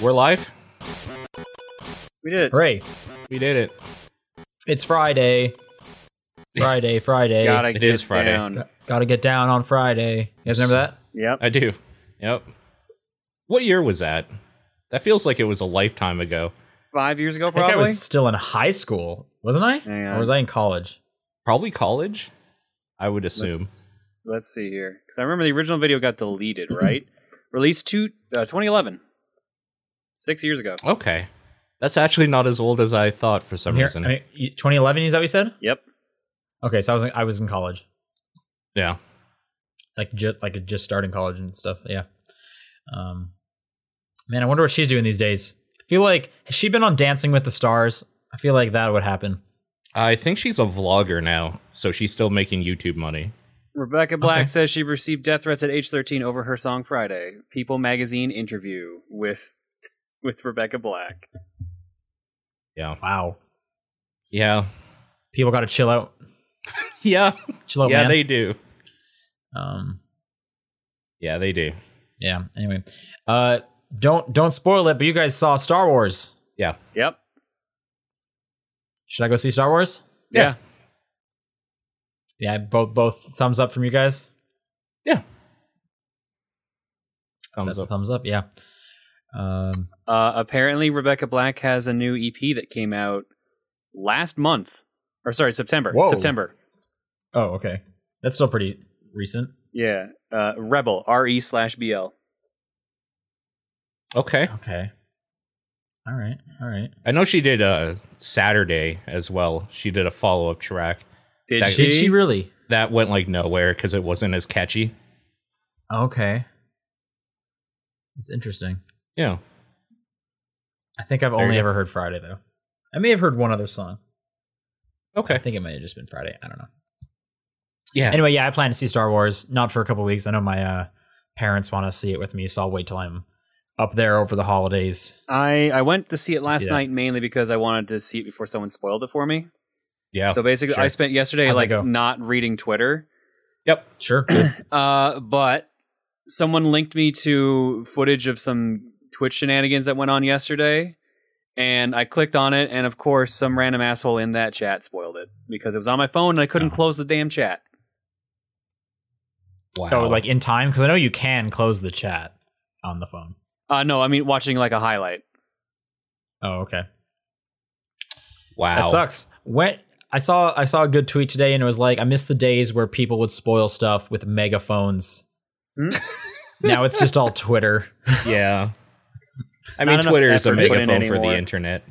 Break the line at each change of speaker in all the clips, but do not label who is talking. We're live.
We did it.
Hooray.
We did it.
It's Friday. Friday, Friday.
Gotta
It
get
is Friday.
down.
Gotta get down on Friday. You guys remember that?
Yep.
I do. Yep. What year was that? That feels like it was a lifetime ago.
Five years ago,
I think
probably.
I was still in high school, wasn't I?
Hang on.
Or was I in college?
Probably college. I would assume.
Let's see here, because I remember the original video got deleted, right? Released two, uh, 2011. Six years ago.
Okay. That's actually not as old as I thought for some
Here-
reason.
I mean, y- 2011 is that what you said?
Yep.
Okay, so I was in, I was in college,
yeah.
like just like just starting college and stuff. Yeah. Um, man, I wonder what she's doing these days. I feel like has she been on Dancing with the Stars? I feel like that would happen.
I think she's a vlogger now, so she's still making YouTube money.
Rebecca Black
Okay.
says she received death threats at age 13 over her song Friday. People magazine interview with with Rebecca Black.
Yeah.
Wow.
Yeah.
People got to chill out.
Yeah.
Chill out,
yeah,
Oh, man.
they do.
um,
Yeah, they do.
yeah. Anyway, uh, don't don't spoil it. But you guys saw Star Wars.
Yeah.
Yep.
Should I go see Star Wars?
Yeah.
Yeah.
Yeah, both both thumbs up from you guys.
Yeah.
That's
Thumbs
a
up.
thumbs up. Yeah. Um,
Uh, apparently, Rebecca Black has a new EP that came out last month, or sorry, September.
Whoa.
September.
oh, okay. That's still pretty recent.
Yeah. Uh, Rebel. R E slash B L.
Okay.
Okay. All right. All right.
I know she did a Saturday as well. She did a follow up track
Did
That-
she?
Did she really?
that went like nowhere because it wasn't as catchy.
Okay. That's interesting.
Yeah,
I think I've
you
only
go.
ever heard Friday though. I may have heard one other song. I
okay,
think it might have just been Friday. I don't know.
yeah,
Anyway, yeah, I plan to see Star Wars. Not for a couple weeks. I know my uh, parents want to see it with me, so I'll wait till I'm up there over the holidays.
I, I went to see it last
that.
night mainly because I wanted to see it before someone spoiled it for me.
yeah.
so basically,
sure.
I spent yesterday
How'd that
like
go?
not reading Twitter.
yep.
Sure.
Uh, but someone linked me to footage of some Twitch shenanigans that went on yesterday, and I clicked on it, and of course, some random asshole in that chat spoiled it because it was on my phone and I couldn't
Oh.
close the damn chat.
Wow.
Oh, like in time? Because I know you can close the chat on the phone.
Uh, no, I mean watching like a highlight.
Oh, okay.
wow.
That sucks. When I saw I saw a good tweet today, and it was like, I miss the days where people would spoil stuff with megaphones.
Hmm?
now it's just all Twitter.
Yeah. I
Not
mean,
enough
Twitter is a
effort to put in
megaphone for
anymore.
the internet.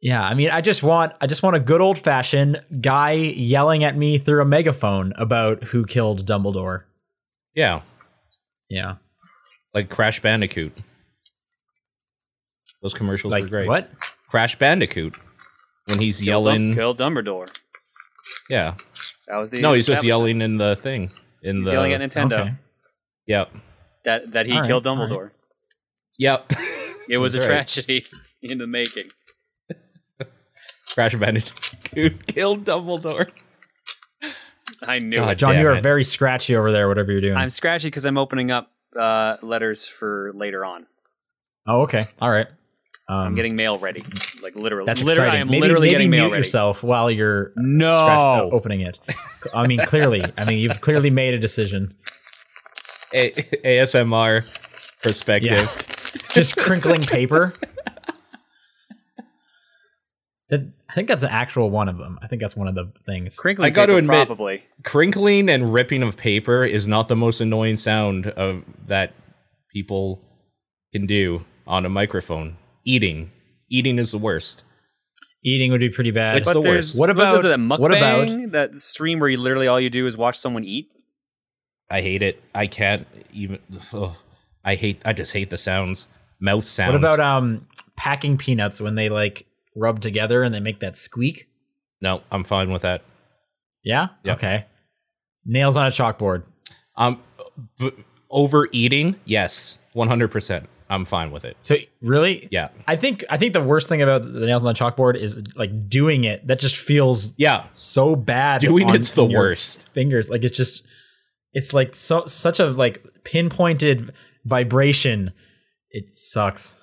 Yeah, I mean, I just want I just want a good old fashioned guy yelling at me through a megaphone about who killed Dumbledore.
Yeah,
Yeah,
like Crash Bandicoot. Those commercials
like
were great.
what?
Crash Bandicoot when he's
Kill Dum-
yelling.
kill Dumbledore.
Yeah.
That was the
No, he's just
establishment.
yelling in the thing. In
He's
the
yelling at Nintendo
Okay.
yep.
that that he
All right,
killed
all right.
Dumbledore.
Yep.
It was a
That's right.
tragedy in the making.
Crash Bandicoot killed Dumbledore.
I knew
God.
it.
John,
Damn
you are
it.
very scratchy over there. Whatever you're doing.
I'm scratchy because I'm opening up uh, letters for later on.
oh, okay. All right. Um,
I'm getting mail ready, like literally.
That's
literally,
exciting.
I am
maybe,
literally
maybe
getting mail
mute
ready.
yourself while you're
No.
scratch- uh, opening it. I mean, clearly. I mean, you've clearly made a decision.
A- ASMR perspective.
Yeah. Just crinkling paper. That, I think that's an actual one of them. I think that's one of the things.
Crinkling
I gotta
paper,
admit-
probably.
crinkling and ripping of paper is not the most annoying sound of that people can do on a microphone. Eating, eating is the worst.
Eating would be pretty bad.
It's the worst.
What
those-
about-
those are that mukbang,
what about-
that stream where you literally all you do is watch someone eat?
I hate it. I can't even. ugh. I hate. I just hate the sounds. Mouth sounds.
What about um packing peanuts when they like rub together and they make that squeak?
no, I'm fine with that.
Yeah?
Yeah.
Okay. Nails on a chalkboard.
Um, b- overeating. Yes, 100. percent I'm fine with it.
So really?
Yeah.
I think I think the worst thing about the nails on the chalkboard is like doing it. That just feels
Yeah.
so bad.
Doing
on
it's the
your
worst.
Fingers like it's just, it's like so such a like pinpointed vibration. It sucks.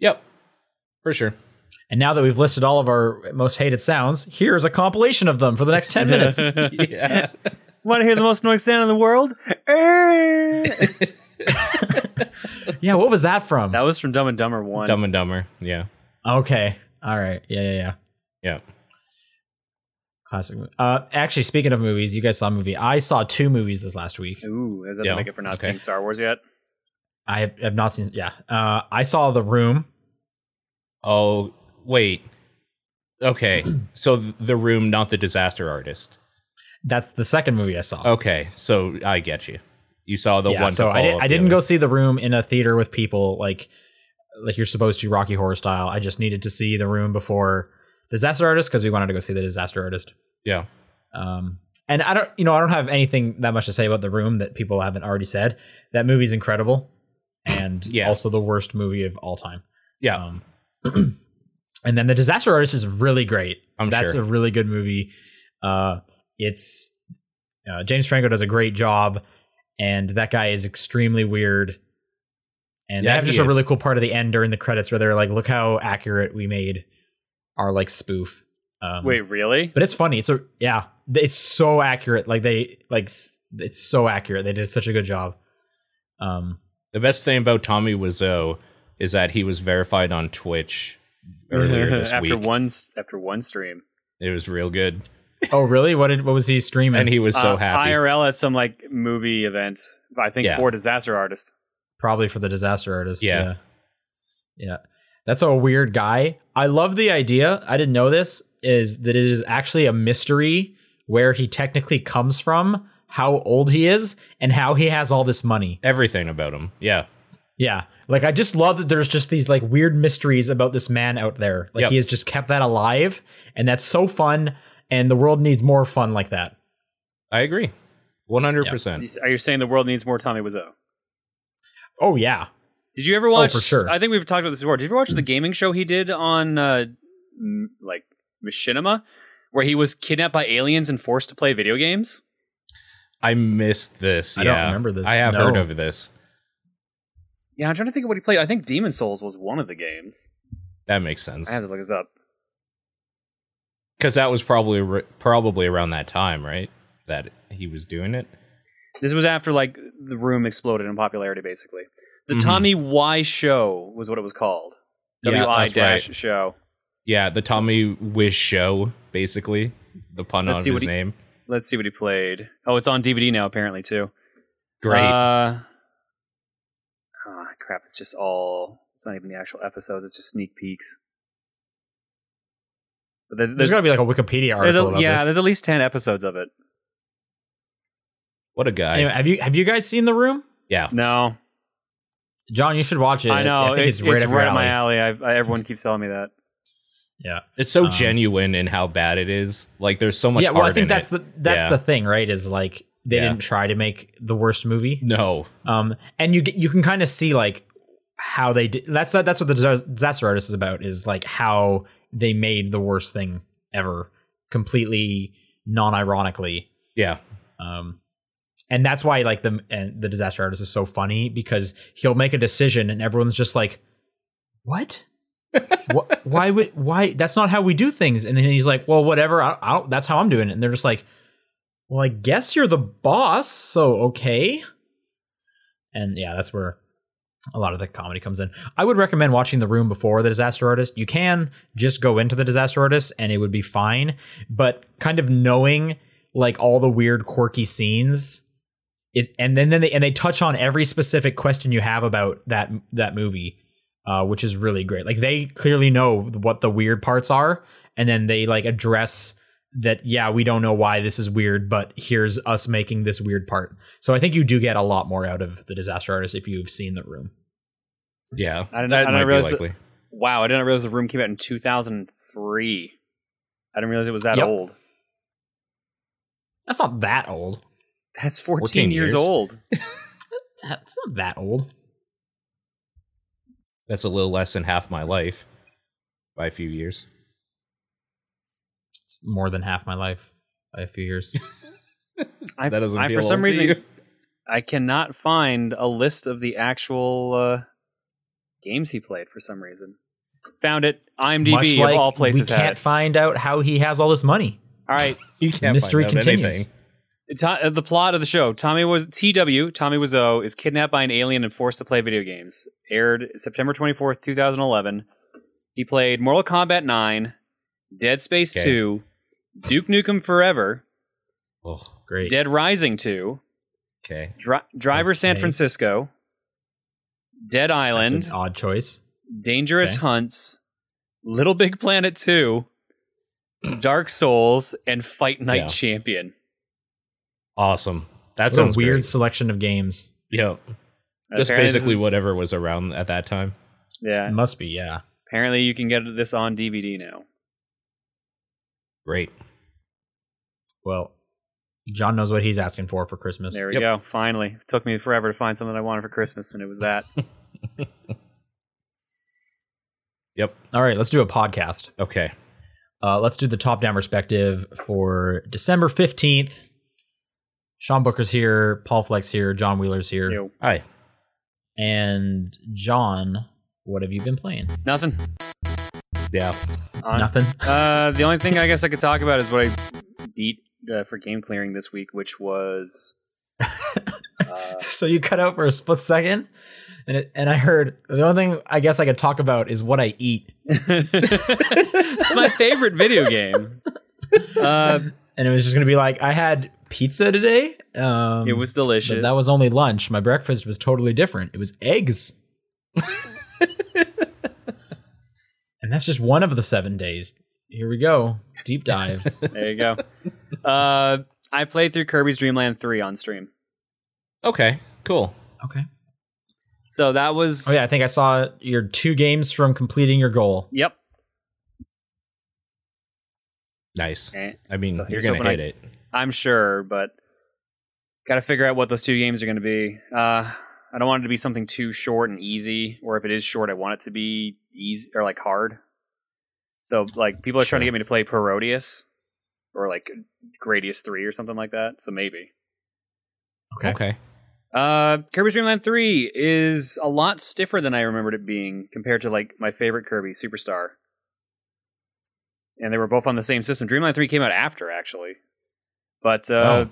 Yep, for sure.
And now that we've listed all of our most hated sounds, here's a compilation of them for the next 10 minutes.
Yeah.
Want to hear the most annoying sound in the world? Eh.
yeah, what was that from?
that was from Dumb and Dumber One.
Dumb and Dumber. Yeah.
okay. All right. Yeah, yeah, yeah.
Yeah.
Classic. mo- Uh, actually, speaking of movies, you guys saw a movie. I saw two movies this last week.
Ooh, is that
Yeah,
the make it for not
okay.
seeing Star Wars yet?
I have, have not seen. Yeah, uh, I saw The Room.
Oh, wait. Okay. so th- the room, not the disaster artist.
That's the second movie I saw.
Okay. So I get you. You saw Oh, the
yeah,
one.
so
to
I, did,
follow up
I
the
didn't
other.
go see The Room in a theater with people like like you're supposed to Rocky Horror style. I just needed to see The Room before Disaster Artist because we wanted to go see The Disaster Artist.
Yeah.
Um, and I don't, you know, I don't have anything that much to say about the room that people haven't already said. That movie's incredible, and
Yeah.
also the worst movie of all time.
Yeah.
Um, and then the Disaster Artist is really great.
I'm
That's
sure.
a really good movie. Uh, it's uh, James Franco does a great job, and that guy is extremely weird. And
Yeah,
they have
he
just a
is.
really cool part of the end during the credits where they're like, "Look how accurate we made our like spoof." Um,
Wait, really?
but it's funny. It's a yeah. It's so accurate. Like they like s- it's so accurate. They did such a good job. Um,
The best thing about Tommy Wiseau is that he was verified on Twitch earlier this
after
week.
one s- after one stream,
it was real good,
oh really? What did what was he streaming?
and he was so
Uh,
happy.
IRL at some like movie event. I think
Yeah.
for disaster artist.
probably for the disaster artist.
Yeah.
yeah, Yeah. That's a weird guy. I love the idea. I didn't know this is that it is actually a mystery where he technically comes from, how old he is, and how he has all this money.
Everything about him. Yeah.
Yeah. Like I just love that there's just these like weird mysteries about this man out there. Like
Yep.
he has just kept that alive and that's so fun and the world needs more fun like that.
I agree. 100%.
You s- Are you saying the world needs more Tommy Wiseau?
Oh yeah.
Did you ever
Oh,
watch?
for sure.
I think we've talked about this before. Did you ever watch
Mm-hmm.
the gaming show he did on uh, m- like Machinima, where he was kidnapped by aliens and forced to play video games?
I missed this.
I
yeah.
don't remember this.
I have
No.
heard of this.
Yeah, I'm trying to think of what he played. I think Demon Souls was one of the games.
That makes sense.
I had to look this up.
Cuz that was probably r probably around that time, right? That he was doing it.
This was after like the room exploded in popularity, basically. The
Mhm.
Tommy Y Show was what it was called.
Yeah,
W I
that's right.
dash Show.
Yeah, the Tommy Wish show basically. The pun
Let's
on
see
his
what he-
name.
Let's see what he played. Oh, it's on DVD now, apparently too.
Great.
Uh, oh, crap! It's just all. It's not even the actual episodes. It's just sneak peeks. But there-
There's
there's,
gotta be like a Wikipedia
there's
article
a,
about
yeah,
this.
there's at least ten episodes of it.
what a guy.
Anyway, have you have you guys seen the room?
yeah.
No,
John, you should watch it.
I know
think
it's, it's
your
right up my
alley.
alley. I, I, everyone keeps telling me that.
Yeah.
It's so
Um,
genuine in how bad it is. Like there's so much
yeah, well I
heart
think
in
that's
it.
the that's
Yeah.
the thing, right? Is like they
Yeah.
didn't try to make the worst movie.
no.
Um, and you get- you can kind of see like how they did. That's that's what the Dis- disaster artist is about. Is like how they made the worst thing ever completely non-ironically.
Yeah.
Um, and that's why like the and the disaster artist is so funny because he'll make a decision and everyone's just like, what? what? Why would why? That's not how we do things. And then he's like, well, whatever. I, I don't, that's how I'm doing it. And they're just like, well, I guess you're the boss, so okay. And yeah, that's where a lot of the comedy comes in. I would recommend watching The Room before The Disaster Artist. You can just go into The Disaster Artist and it would be fine, but kind of knowing like all the weird quirky scenes it, and then, then they and they touch on every specific question you have about that that movie, uh, which is really great. Like they clearly know what the weird parts are, and then they like address that. Yeah, we don't know why this is weird, but here's us making this weird part. So I think you do get a lot more out of the disaster artist if you've seen the room.
Yeah.
I didn't-
that
I didn't
might
realize
be
that-
likely.
Wow, I didn't realize the room came out in 2003. I didn't realize it was that
Yep.
old.
That's not that old.
That's 14,
14
years,
years.
old.
That's not that old.
That's a little less than half my life by a few years.
It's more than half my life by a few years.
I,
That doesn't
I,
feel
for
old to
some reason
you.
I cannot find a list of the actual uh, games he played for some reason. Found it. IMDb
Much like
of all places
we
had
can't
it.
find out how he has all this money.
All right.
You can't
Mystery
find out
continues.
anything.
To- uh, the plot of the show: Tommy was TW Tommy Wiseau is kidnapped by an alien and forced to play video games. Aired September twenty fourth, two thousand eleven. He played Mortal Kombat nine, Dead Space
Okay.
two, Duke Nukem Forever,
Oh,
Great.
Dead Rising two,
okay.
Dri- Driver San
Okay.
Francisco, Dead
That's
Island,
an odd choice.
Dangerous
Okay.
Hunts, Little Big Planet 2, Dark Souls, and Fight Night
Yeah.
Champion.
Awesome. That
That's a
sounds
weird
weird.
selection of games.
Yeah. Just
Apparently this
basically
is-
whatever was around at that time.
yeah.
must be, yeah.
Apparently, you can get this on DVD now.
Great.
Well, John knows what he's asking for for Christmas.
There we
Yep.
go. Finally, it took me forever to find something I wanted for Christmas, and it was that.
Yep.
All right, let's do a podcast.
Okay.
Uh, let's do the top down perspective for December 15th. Sean Booker's here, Paul Fleck's here, John Wheeler's here.
Ew.
Hi.
And John, what have you been playing?
Nothing.
Yeah.
Uh,
Nothing.
Uh, the only thing I guess I could talk about is what I beat uh, for game clearing this week, which was. Uh,
so you cut out for a split second, and it, and I heard the only thing I guess I could talk about is what I eat,
it's my favorite video game. Uh,
and it was just gonna be like I had pizza today. Um,
it was
but
delicious.
that was only lunch. My breakfast was totally different. It was eggs, and that's just one of the seven days. Here we go, deep dive.
There you go. Uh, I played through Kirby's Dream Land 3 on stream.
Okay. Cool.
okay.
So that was.
Oh yeah, I think I saw your two games from completing your goal.
Yep.
Nice.
Eh,
I mean,
So
you're
here's
gonna
hoping I-
hit it.
I'm sure, but got to figure out what those two games are going to be. Uh, I don't want it to be something too short and easy, or if it is short, I want it to be easy or like hard. So like people are trying to
Sure.
get me to play Parodius or like Gradius 3 or something like that. So maybe.
Okay.
okay.
Uh, Kirby's Dream Land 3 is a lot stiffer than I remembered it being compared to like my favorite Kirby, Superstar. And they were both on the same system. Dreamland 3 came out after, actually. But uh,
oh.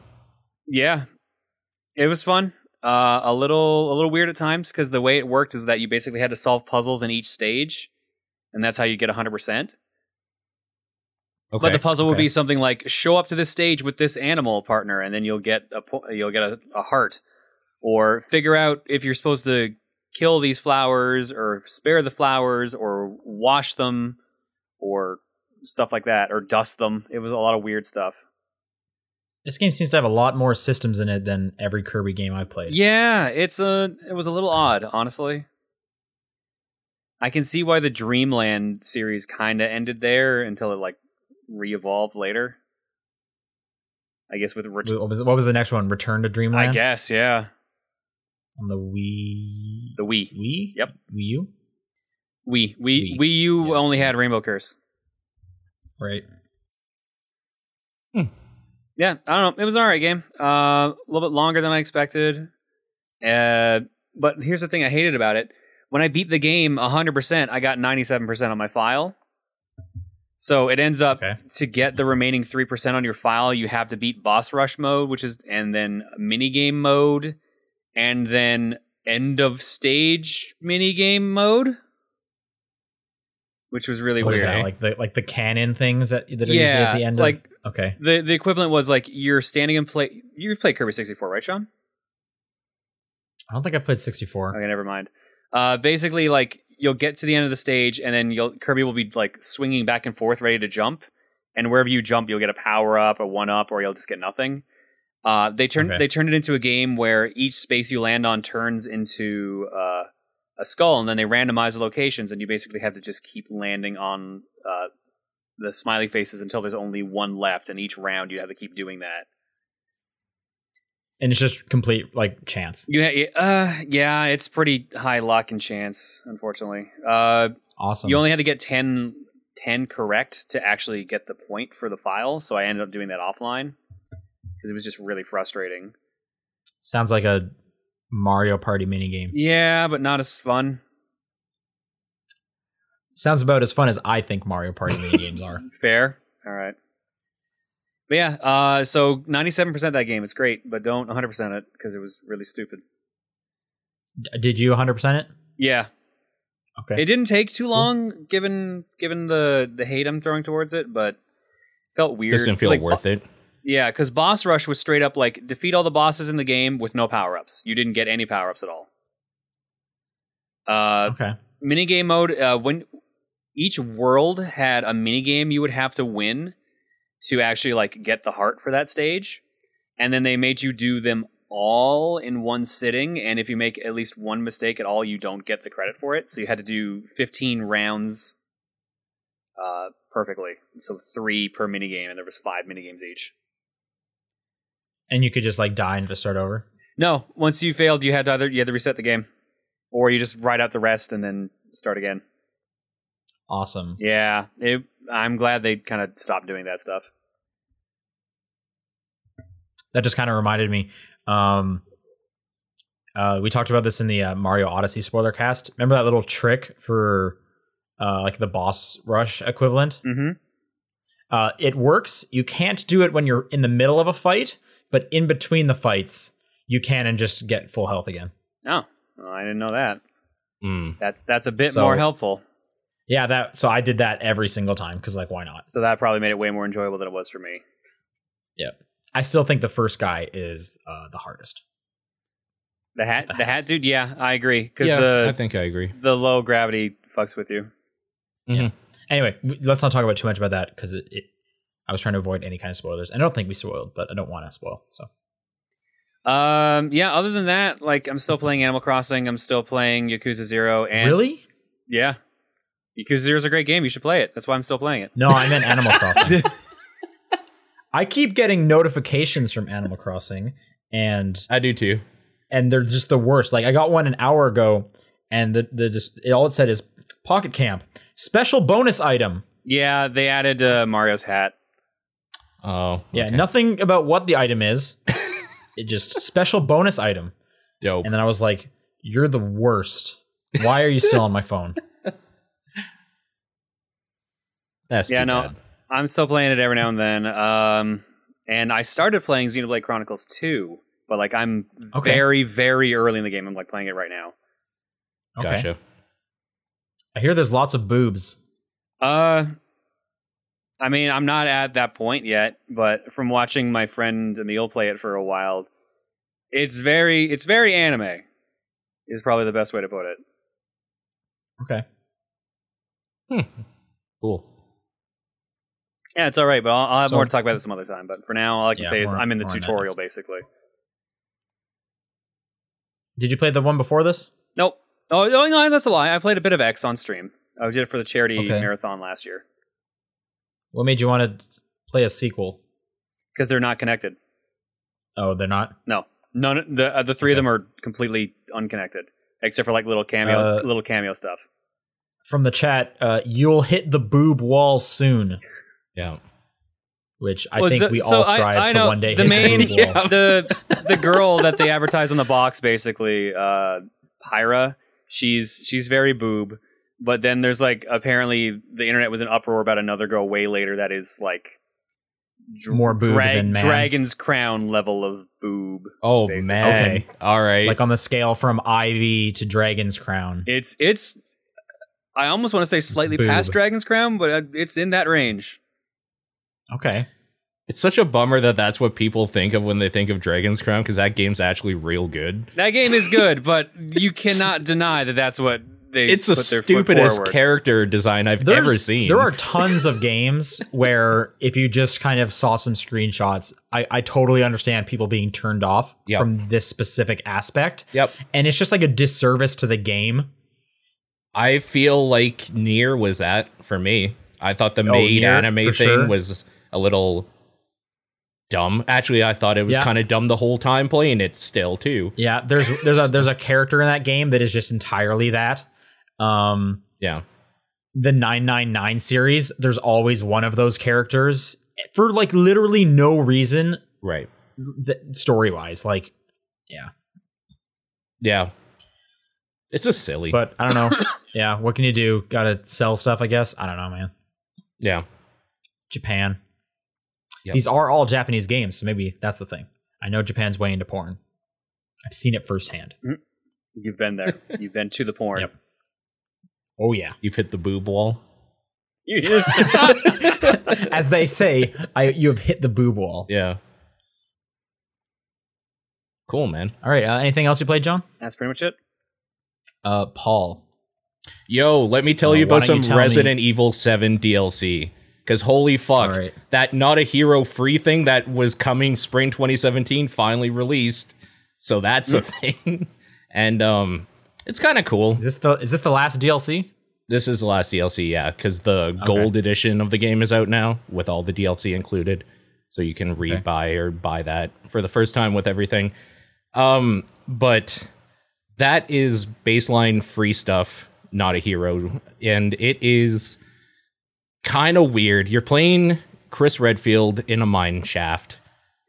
yeah, it was fun. Uh, a little a little weird at times because the way it worked is that you basically had to solve puzzles in each stage, and that's how you get 100%.
Oh, Okay.
But the puzzle would
Okay.
be something like show up to this stage with this animal partner, and then you'll get a po- you'll get a, a heart, or figure out if you're supposed to kill these flowers, or spare the flowers, or wash them, or stuff like that, or dust them. It was a lot of weird stuff.
This game seems to have a lot more systems in it than every Kirby game I've played.
Yeah, it's a it was a little odd, honestly. I can see why the Dreamland series kind of ended there until it like re-evolved later. I guess with ret-
What was what was the next one? Return to Dreamland.
I guess, yeah.
on the Wii.
The Wii.
Wii.
Yep.
Wii U.
Wii. Wii.
Wii,
Wii U
yeah.
only had Rainbow Curse.
Right.
Yeah, I don't know. It was an alright game. Uh, a little bit longer than I expected. Uh, but here's the thing I hated about it. When I beat the game 100%, I got 97% on my file. So it ends up
Okay.
to get the remaining 3% on your file, you have to beat boss rush mode, which is, and then mini game mode, and then end of stage mini game mode, which was really
What is
weird.
that? Like the like the cannon things that that are usually
Yeah,
at the end
like-
of. Okay.
The the equivalent was like you're standing in play. You've played Kirby 64, right, Sean?
I don't think I played 64.
Okay, never mind. Uh, basically, like you'll get to the end of the stage, and then you'll Kirby will be like swinging back and forth, ready to jump. And wherever you jump, you'll get a power up, a one up, or you'll just get nothing. Uh, they turned
Okay.
they turned it into a game where each space you land on turns into uh, a skull, and then they randomize the locations, and you basically have to just keep landing on uh, the smiley faces until there's only one left. And each round, you have to keep doing that.
And it's just complete like chance.
You ha- yeah, uh, yeah, it's pretty high luck and chance, unfortunately. Uh,
Awesome.
you only had to get 10, 10 correct to actually get the point for the file, so I ended up doing that offline because it was just really frustrating.
Sounds like a Mario Party minigame.
Yeah, but not as fun.
Sounds about as fun as I think Mario Party mini games are.
Fair. All right. But yeah, uh, so 97% that game. It's great, but don't 100% it because it was really stupid.
D- Did you 100% it?
Yeah.
Okay.
It didn't take too long given given the the hate I'm throwing towards it, but felt weird.
This didn't feel
It's like
worth it.
Yeah, because Boss Rush was straight up like defeat all the bosses in the game with no power ups. You didn't get any power ups at all. Uh,
okay.
mini game mode uh, when each world had a mini game you would have to win to actually like get the heart for that stage, and then they made you do them all in one sitting. And if you make at least one mistake at all, you don't get the credit for it. So you had to do fifteen rounds uh, perfectly. So three per mini game, and there was five mini games each.
And you could just like die and just start over.
No, once you failed, you had to either you had to reset the game, or you just write out the rest and then start again.
Awesome.
Yeah, it, I'm glad they kind of stopped doing that stuff.
That just kind of reminded me. Um, uh, we talked about this in the uh, Mario Odyssey spoiler cast. Remember that little trick for uh, like the boss rush equivalent?
Mm-hmm.
Uh, it works. You can't do it when you're in the middle of a fight, but in between the fights, you can and just get full health again.
Oh, well, I didn't know that.
Mm.
That's that's a bit
So-
more helpful.
Yeah, that. So I did that every single time because, like, why not?
So that probably made it way more enjoyable than it was for me.
I still think the first guy is uh, the hardest.
The hat,
The
the hat
hats.
dude. Yeah, I agree. Because
Yeah, I
the
think I agree.
the low gravity fucks with you.
Anyway, w- let's not talk about too much about that because it, it. I was trying to avoid any kind of spoilers, and I don't think we spoiled, but I don't want to spoil. So
Um, yeah. Other than that, like I'm still playing Animal Crossing. I'm still playing Yakuza Zero. And
really,
Yeah. Yakuza Zero is a great game. You should play it. That's why I'm still playing it.
no, I meant Animal Crossing. I keep getting notifications from Animal Crossing, and
I do too.
and they're just the worst. Like I got one an hour ago, and the the just it, all it said is Pocket Camp special bonus item.
Yeah, they added uh, Mario's hat.
Oh,
Yeah,
okay.
nothing about what the item is. it just special bonus item.
dope.
And then I was like, "You're the worst. Why are you still on my phone?"
That's
Yeah,
too
no.
bad.
I'm still playing it every now and then. Um, and I started playing Xenoblade Chronicles 2, but like I'm
Okay.
very, very early in the game. I'm like playing it right now.
Okay.
Gotcha.
I hear there's lots of boobs.
Uh, I mean, I'm not at that point yet, but from watching my friend Emil play it for a while, it's very, it's very anime. Is probably the best way to put it.
Okay.
Hmm. Cool.
Yeah, it's all right, but I'll, I'll have
So-
more to talk about this some other time. But for now, all I can
Yeah,
say is
more-
I'm in the
more on that.
tutorial basically.
Did you play the one before this?
Nope. Oh, no, no, that's a lie. I played a bit of X on stream. I did it for the charity
Okay.
marathon last year
What made you want to play a sequel?
because they're not connected.
Oh, they're not.
None the uh, the three of them are completely unconnected except for like little cameo
Uh,
little cameo stuff.
From the chat, uh, you'll hit the boob wall soon,
Yeah.
which I
Well,
think
so-
we
so
all
I-
strive
I
to
know
one day
the
hit
main-
the boob wall.
the the girl that they advertise on the box basically uh Pyra she's she's very boob but then there's like apparently the internet was in uproar about another girl way later that is like dr-
More boob than man.
dragon's crown level of boob
Oh
Basic-
man.
Okay.
All right.
Like on the scale from Ivy to Dragon's Crown.
it's it's I almost want to say slightly
boob.
past dragon's crown but uh, it's in that range
Okay.
it's such a bummer that that's what people think of when they think of Dragon's Crown because that game's actually real good.
that game is good but you cannot deny that that's what they
It's the
put their foot
stupidest
forward.
character design I've
There's-
ever seen.
There are tons of games where if you just kind of saw some screenshots, I, I totally understand people being turned off
Yep.
from this specific aspect.
Yep.
And it's just like a disservice to the game.
I feel like Nier was that for me. I thought the
Oh,
maid
Nier,
anime
for
thing
sure.
was a little dumb. Actually, I thought it was
Yeah.
kind of dumb the whole time playing it still too.
Yeah, there's there's a there's a character in that game that is just entirely that. Um
Yeah.
the 999 series, there's always one of those characters for like literally no reason
Right.
th- story-wise. Like
Yeah. It's just silly.
but I don't know. yeah, what can you do? Got to sell stuff, I guess. I don't know, man.
Yeah.
Japan.
Yep.
These are all Japanese games, so maybe that's the thing. I know Japan's way into porn. I've seen it firsthand.
You've been there. You've been to the porn.
Yep. Oh yeah.
You've hit the boob wall.
You
As they say, I you have hit the boob wall.
Yeah. Cool, man.
All right. Uh, anything else you played, John?
That's pretty much it.
Uh, Paul.
Yo, let me tell
Oh,
you
why
about
don't
some
you tell
Resident Evil 7 DLC. Because holy fuck,
All right.
that Not a Hero free thing that was coming spring 2017 finally released. So that's a thing. And um, it's kind of cool.
Is this the is this the last DLC?
This is the last DLC, yeah, because the gold edition of the game is out now with all the DLC included. So you can rebuy or buy that for the first time with everything. Um, but that is baseline free stuff, not a hero. And it is kind of weird. You're playing Chris Redfield in a mine shaft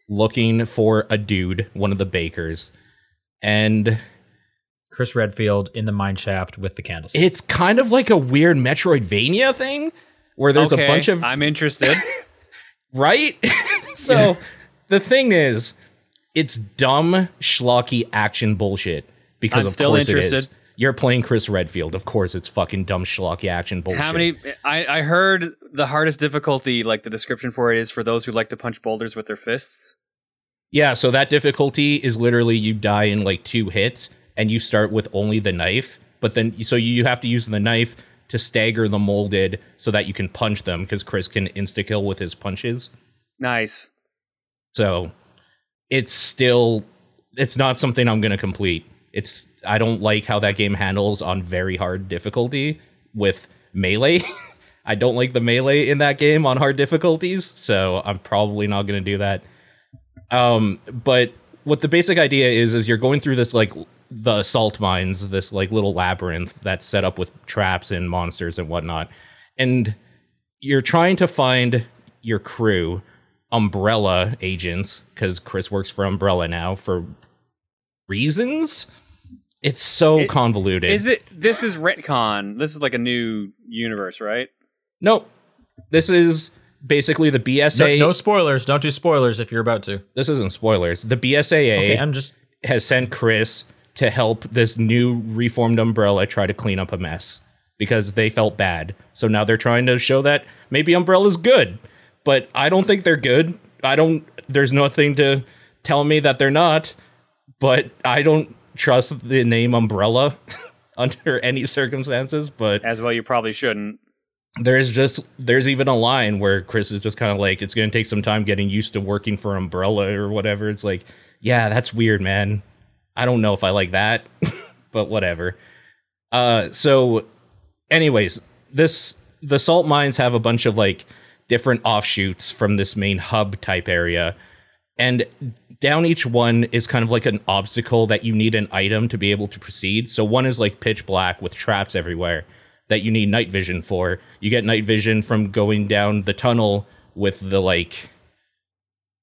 looking for a dude, one of the bakers. And
Chris Redfield in the mine shaft with the candlestick.
it's kind of like a weird Metroidvania thing where there's
Okay,
a bunch of
I'm interested.
right? so the thing is, it's dumb, schlocky action bullshit. Because
I'm
of
still
course it is.
interested.
You're playing Chris Redfield. Of course, it's fucking dumb, schlocky action bullshit.
How many? I, I heard the hardest difficulty, like the description for it, is for those who like to punch boulders with their fists.
Yeah, so that difficulty is literally you die in like two hits and you start with only the knife, but then so you have to use the knife to stagger the molded so that you can punch them because Chris can insta kill with his punches.
Nice.
So it's still it's not something I'm going to complete. It's I don't like how that game handles on very hard difficulty with melee. I don't like the melee in that game on hard difficulties, so I'm probably not going to do that. Um but what the basic idea is is you're going through this like l- the salt mines, this like little labyrinth that's set up with traps and monsters and whatnot. And you're trying to find your crew umbrella agents because chris works for umbrella now for reasons it's so convoluted
Is it? This is retcon. This is like a new universe, right?
nope this is basically the
No,
bsa
no spoilers. Don't do spoilers if you're about to.
this isn't spoilers the bsaa
Okay, I'm just
has sent chris to help this new reformed umbrella try to clean up a mess because they felt bad so now they're trying to show that maybe umbrella's good but i don't think they're good i don't there's nothing to tell me that they're not but I don't trust the name Umbrella under any circumstances. But
As well, you probably shouldn't.
there's just there's even a line where Chris is just kind of like, it's going to take some time getting used to working for Umbrella or whatever. It's like, yeah, that's weird, man. I don't know if I like that, but whatever. Uh, so, anyways, this the salt mines have a bunch of like different offshoots from this main hub type area and down each one is kind of like an obstacle that you need an item to be able to proceed. So one is like pitch black with traps everywhere that you need night vision for. You get night vision from going down the tunnel with the like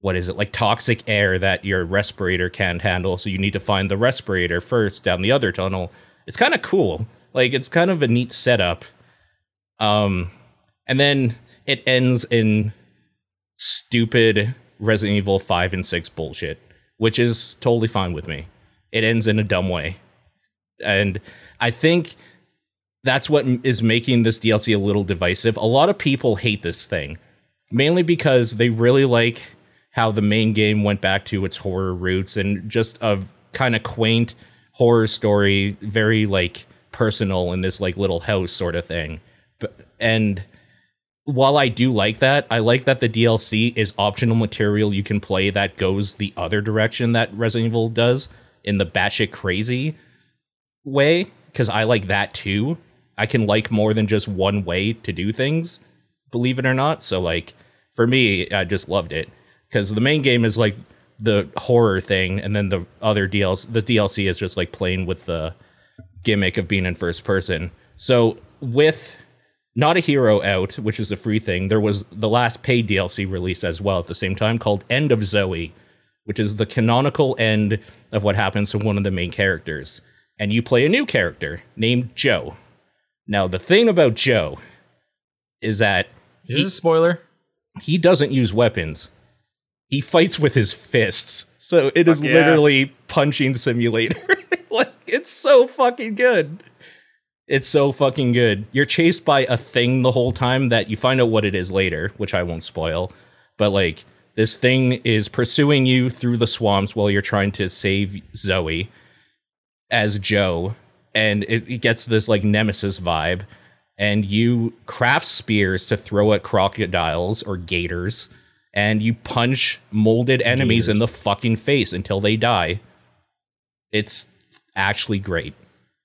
what is it? Like toxic air that your respirator can't handle. So you need to find the respirator first down the other tunnel. It's kind of cool. Like it's kind of a neat setup. Um and then it ends in stupid Resident Evil 5 and 6 bullshit, which is totally fine with me. It ends in a dumb way. And I think that's what m- is making this DLC a little divisive. A lot of people hate this thing, mainly because they really like how the main game went back to its horror roots and just a kind of quaint horror story, very like personal in this like little house sort of thing. But, and while I do like that, I like that the DLC is optional material you can play that goes the other direction that Resident Evil does in the batshit crazy way because I like that too. I can like more than just one way to do things, believe it or not. So like for me, I just loved it because the main game is like the horror thing, and then the other DLC, the DLC is just like playing with the gimmick of being in first person. So with not a Hero out, which is a free thing. There was the last paid DLC release as well at the same time called End of Zoe, which is the canonical end of what happens to one of the main characters. And you play a new character named Joe. Now, the thing about Joe is that
Is this a spoiler?
he doesn't use weapons. He fights with his fists. So it is
Fuck yeah.
literally punching simulator. like it's so fucking good. It's so fucking good. You're chased by a thing the whole time that you find out what it is later, which I won't spoil. But like this thing is pursuing you through the swamps while you're trying to save Zoe as Joe, and it, it gets this like nemesis vibe. And you craft spears to throw at crocodiles or gators, and you punch molded enemies in the fucking face until they die. It's actually great.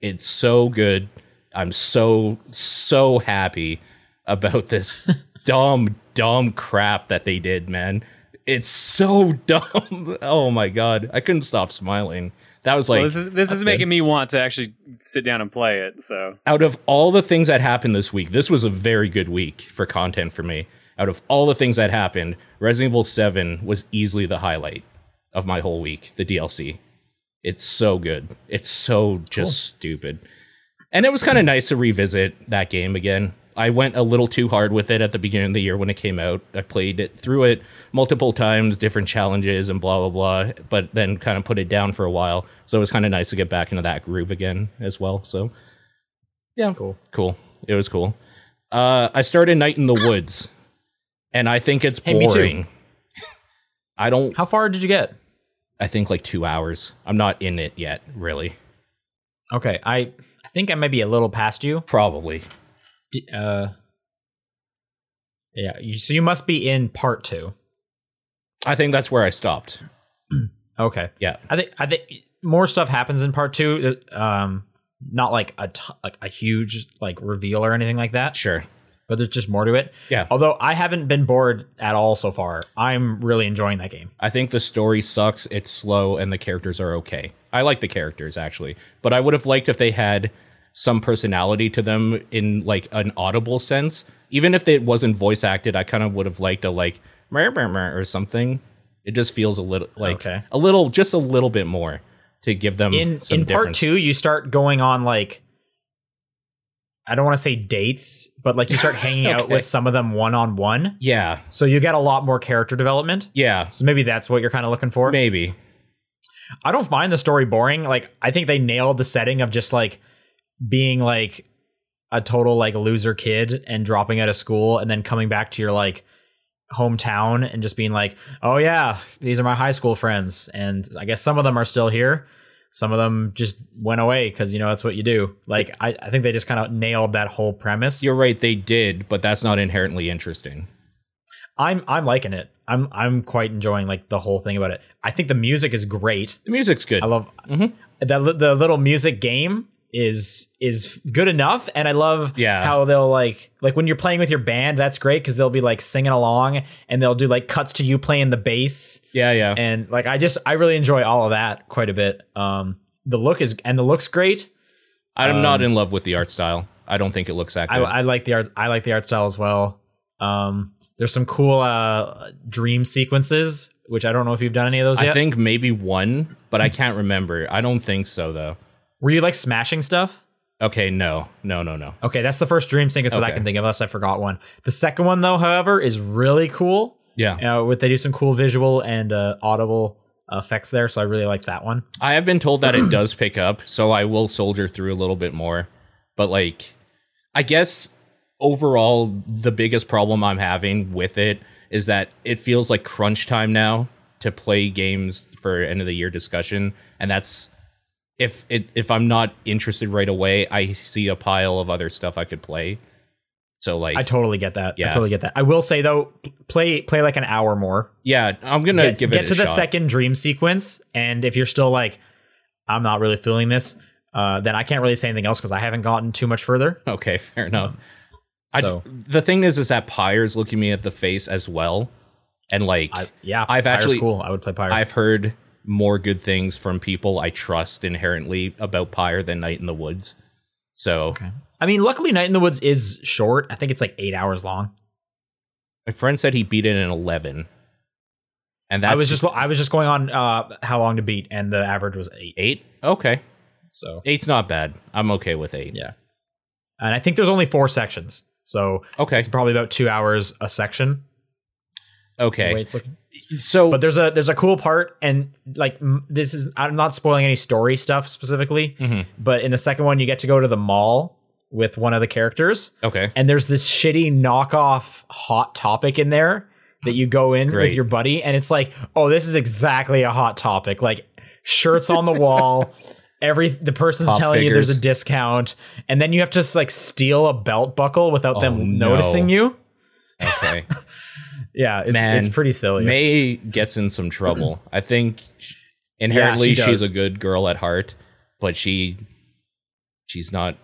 It's so good. I'm so, so happy about this dumb, dumb crap that they did, man. It's so dumb. Oh my God. I couldn't stop smiling. That was like,
well, this is this is making me want to actually sit down and play it. So
out of all the things that happened this week, this was a very good week for content for me. Out of all the things that happened, Resident Evil 7 was easily the highlight of my whole week, the DLC. It's so good. It's so just stupid. And it was kind of nice to revisit that game again. I went a little too hard with it at the beginning of the year when it came out. I played it through it multiple times, different challenges and blah blah blah, but then kind of put it down for a while. So it was kind of nice to get back into that groove again as well. So yeah.
Cool.
Cool. It was cool. Uh, I started Night in the Woods, and I think it's
Hey, me
boring.
too.
I don't.
How far did you get?
I think like two hours. I'm not in it yet, really.
Okay, I I think I might be a little past you.
Probably.
D- Uh, yeah, you, so you must be in part two.
I think that's where I stopped.
Okay,
Yeah.
I think I think more stuff happens in part two. Um, not like a t- like a huge like reveal or anything like that,
Sure.
but there's just more to it.
Yeah.
Although I haven't been bored at all so far, I'm really enjoying that game.
I think the story sucks. It's slow, and the characters are okay. I like the characters actually, but I would have liked if they had some personality to them in like an audible sense. Even if it wasn't voice acted, I kind of would have liked a like "Mer, mer, mer," or something. It just feels a little like
Okay.
a little, just a little bit more to give them
in
some
in part
difference.
two you start going on like i don't want to say dates but like you start hanging out
Okay.
with some of them one-on-one
Yeah,
so you get a lot more character development
yeah,
so maybe that's what you're kind of looking for
maybe.
i don't find the story boring like i think they nailed the setting of just like being like a total like loser kid and dropping out of school and then coming back to your like hometown and just being like oh yeah these are my high school friends and i guess some of them are still here some of them just went away because you know that's what you do like i, I think they just kind of nailed that whole premise
You're right. They did, but that's not inherently interesting.
i'm i'm liking it i'm i'm quite enjoying like the whole thing about it i think the music is great
The music's good.
I love
Mm-hmm.
that li- the little music game is is good enough and I love
Yeah.
how they'll like like when you're playing with your band that's great cuz they'll be like singing along and they'll do like cuts to you playing the bass
yeah, yeah.
and like I just I really enjoy all of that quite a bit. Um the look is and the looks great.
I'm not in love with the art style. I don't think it looks that
um, I,
good.
I like the art I like the art style as well. Um there's some cool uh dream sequences which I don't know if you've done any of those
I
yet.
think maybe one, but I can't remember. I don't think so though.
Were you like smashing stuff?
Okay, no, no, no, no.
Okay, that's the first dream sequence that I
Okay.
can think of, unless I forgot one. The second one, though, however, is really cool.
Yeah,
Uh, with they do some cool visual and uh, audible effects there, so I really like that one.
I have been told that it does pick up, so I will soldier through a little bit more. But like, I guess overall, the biggest problem I'm having with it is that it feels like crunch time now to play games for end of the year discussion, and that's if it, if I'm not interested right away, I see a pile of other stuff I could play. So like,
I totally get that. I
Yeah.
totally get that. I will say though, p- play play like an hour more.
yeah, I'm gonna
Get,
give it
get
a
to the
shot.
second dream sequence, and if you're still like, I'm not really feeling this, uh, then I can't really say anything else because I haven't gotten too much further.
Okay, fair enough. I d-
So
the thing is, is that Pyre's looking me at the face as well, and like
I, yeah,
I've
Pyre's
actually-
cool. I would play Pyre.
I've heard more good things from people I trust inherently about Pyre than Night in the Woods. So
I mean, luckily, Night in the Woods is short. I think it's like eight hours long.
my friend said he beat it in eleven, and that's
I was just I was just going on uh, how long to beat, and the average was eight.
eight. Okay,
So
eight's not bad. I'm okay with eight.
yeah, And I think there's only four sections. So
Okay.
it's probably about two hours a section. the way
Okay.
it's looking.
So
But there's a there's a cool part, and like m- this is I'm not spoiling any story stuff specifically,
Mhm.
but in the second one you get to go to the mall with one of the characters,
okay.
and there's this shitty knockoff Hot Topic in there that you go in with
Great.
your buddy, and it's like, oh, this is exactly a Hot Topic, like shirts on the wall. Every the person's
Pop
telling you there's a
figures.
discount, and then you have to just like steal a belt buckle without
Oh,
them
no.
noticing you.
Okay.
Yeah, it's
Man,
it's pretty silly. It's-
May gets in some trouble. I think sh- inherently
does.
she's a good girl at heart, but she she's not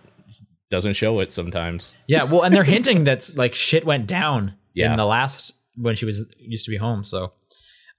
doesn't show it sometimes.
Yeah, well, and they're hinting that's like shit went down
Yeah.
in the last when she was used to be home. So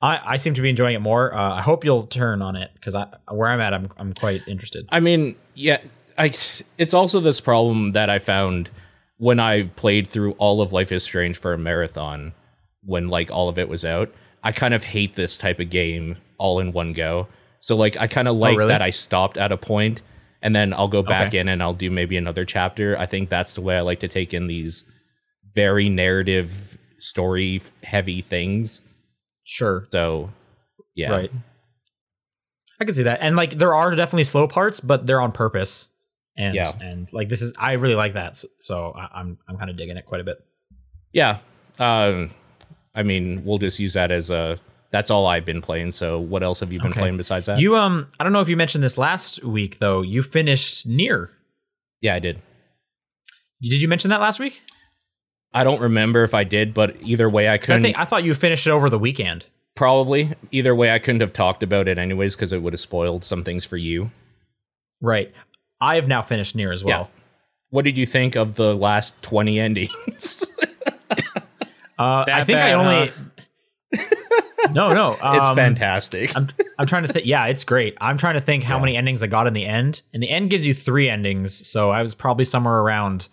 I, I seem to be enjoying it more. Uh, I hope you'll turn on it because I where I'm at, I'm I'm quite interested.
I mean, yeah, I it's also this problem that I found when I played through all of Life is Strange for a marathon when like all of it was out. I kind of hate this type of game all in one go. So like I kind of like
Oh, really?
that I stopped at a point and then I'll go back
Okay.
in and I'll do maybe another chapter. I think that's the way I like to take in these very narrative story heavy things.
Sure,
So yeah.
right. I can see that, and like there are definitely slow parts, but they're on purpose. And
Yeah.
and like this is I really like that, so, so I, I'm I'm kind of digging it quite a bit.
Yeah. Um, I mean, we'll just use that as a. That's all I've been playing. So, what else have you been
Okay.
playing besides that?
You um I don't know if you mentioned this last week though. You finished near.
yeah, I did.
Did you mention that last week?
I don't remember if I did, but either way, I
'Cause I
couldn't.
think I thought you finished it over the weekend.
probably either way, I couldn't have talked about it anyways because it would have spoiled some things for you.
Right. I have now finished near as well.
What did you think of the last twenty endings?
Uh,
That
I think I
bad,
only. no, no. Um,
it's fantastic.
I'm, I'm trying to think. Yeah, it's great. I'm trying to think how many endings I got in the end. And the end gives you three endings. So I was probably somewhere around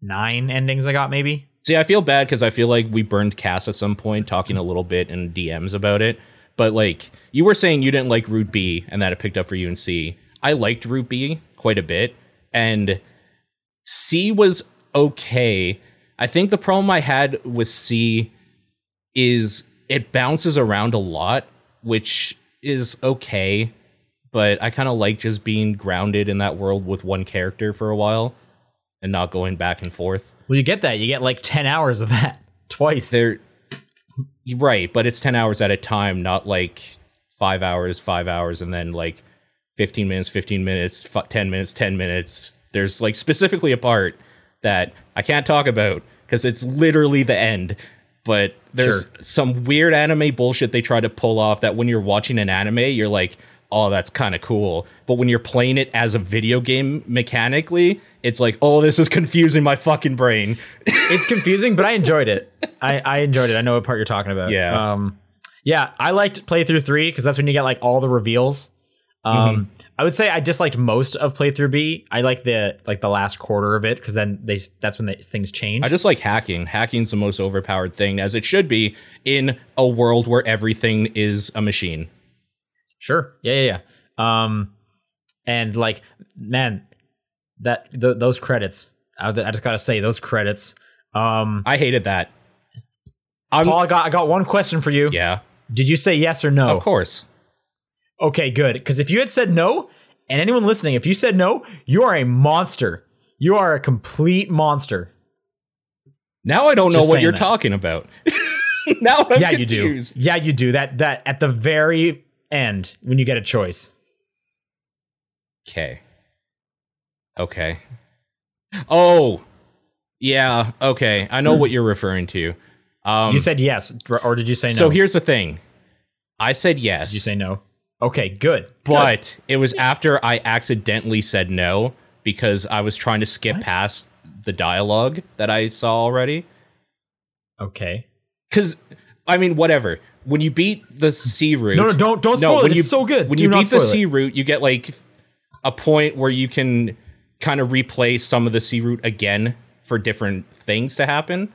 nine endings I got, maybe.
See, I feel bad because I feel like we burned Cass at some point talking a little bit in DMs about it. But like you were saying, you didn't like Root B and that it picked up for you in C. I liked Root B quite a bit, and C was okay. I think the problem I had with C is it bounces around a lot, which is okay. But I kind of like just being grounded in that world with one character for a while and not going back and forth.
Well, you get that. You get like 10 hours of that twice.
They're right, but it's ten hours at a time, not like five hours, five hours, and then like fifteen minutes, fifteen minutes, f- ten minutes, ten minutes. There's like specifically a part that I can't talk about because it's literally the end. But there's
Sure.
some weird anime bullshit they try to pull off that when you're watching an anime, you're like, oh, that's kind of cool. But when you're playing it as a video game mechanically, it's like, oh, this is confusing my fucking brain.
it's confusing, but I enjoyed it. I, I enjoyed it. I know what part you're talking about.
Yeah.
Um, yeah, I liked playthrough three because that's when you get like all the reveals. Um, I would say I disliked most of playthrough B. I like the like the last quarter of it because then they that's when they, things change.
I just like hacking. Hacking's the most overpowered thing, as it should be in a world where everything is a machine.
sure. Yeah, yeah, yeah. Um, and like man, that th- those credits. I, I just gotta say those credits. Um,
I hated that. I'm
Paul, I got I got one question for you.
yeah,
Did you say yes or no?
of course.
Okay, good. Because if you had said no, and anyone listening, if you said no, you are a monster. You are a complete monster.
Now I don't
Just
know what
saying
you're
that.
talking about. now I'm
yeah,
confused.
you do. Yeah, you do. That that at the very end when you get a choice.
Okay. Okay. Oh, yeah. Okay, I know what you're referring to. Um,
you said yes, or did you say no?
so here's the thing. I said yes.
did you say no. Okay, good.
But it was after I accidentally said no because I was trying to skip past the dialogue that I saw already.
okay.
Because, I mean, whatever. When you beat the sea route,
No, no, don't don't spoil it.
when
It's
you-
so good.
When
Do
you
not
beat the
spoil it.
sea route, you get like a point where you can kind of replay some of the sea route again for different things to happen.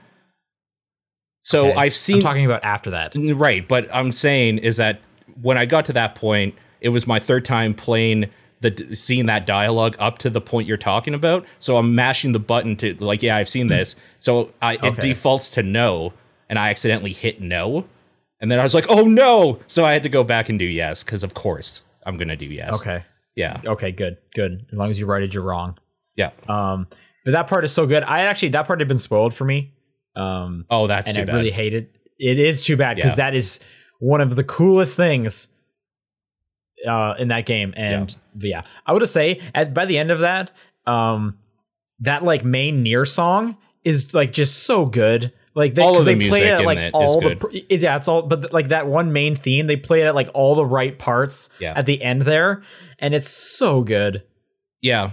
So
Okay.
Oh, I've
I'm
seen
talking about after that.
Right, but I'm saying is that when I got to that point, it was my third time playing the d- seeing that dialogue up to the point you're talking about. So I'm mashing the button to like, yeah, I've seen this. So I it
Okay.
defaults to no, and I accidentally hit no, and then I was like, oh no! So I had to go back and do yes because of course I'm gonna do yes.
Okay.
Yeah.
Okay. Good. Good. As long as you righted your wrong.
Yeah.
Um, but that part is so good. I actually that part had been spoiled for me. Um,
Oh, that's
and
too
I
bad.
really hate it. It is too bad because
Yeah.
that is one of the coolest things uh, in that game. And but yeah, I would say at by the end of that, um, that like main near song is like just so good. Like they,
All
'cause
of the
they play
music
it at
in
like
it is
all the
good.
pr- it- yeah, it's all but like that one main theme they play it at like all the right parts
Yeah.
at the end there, and it's so good.
yeah.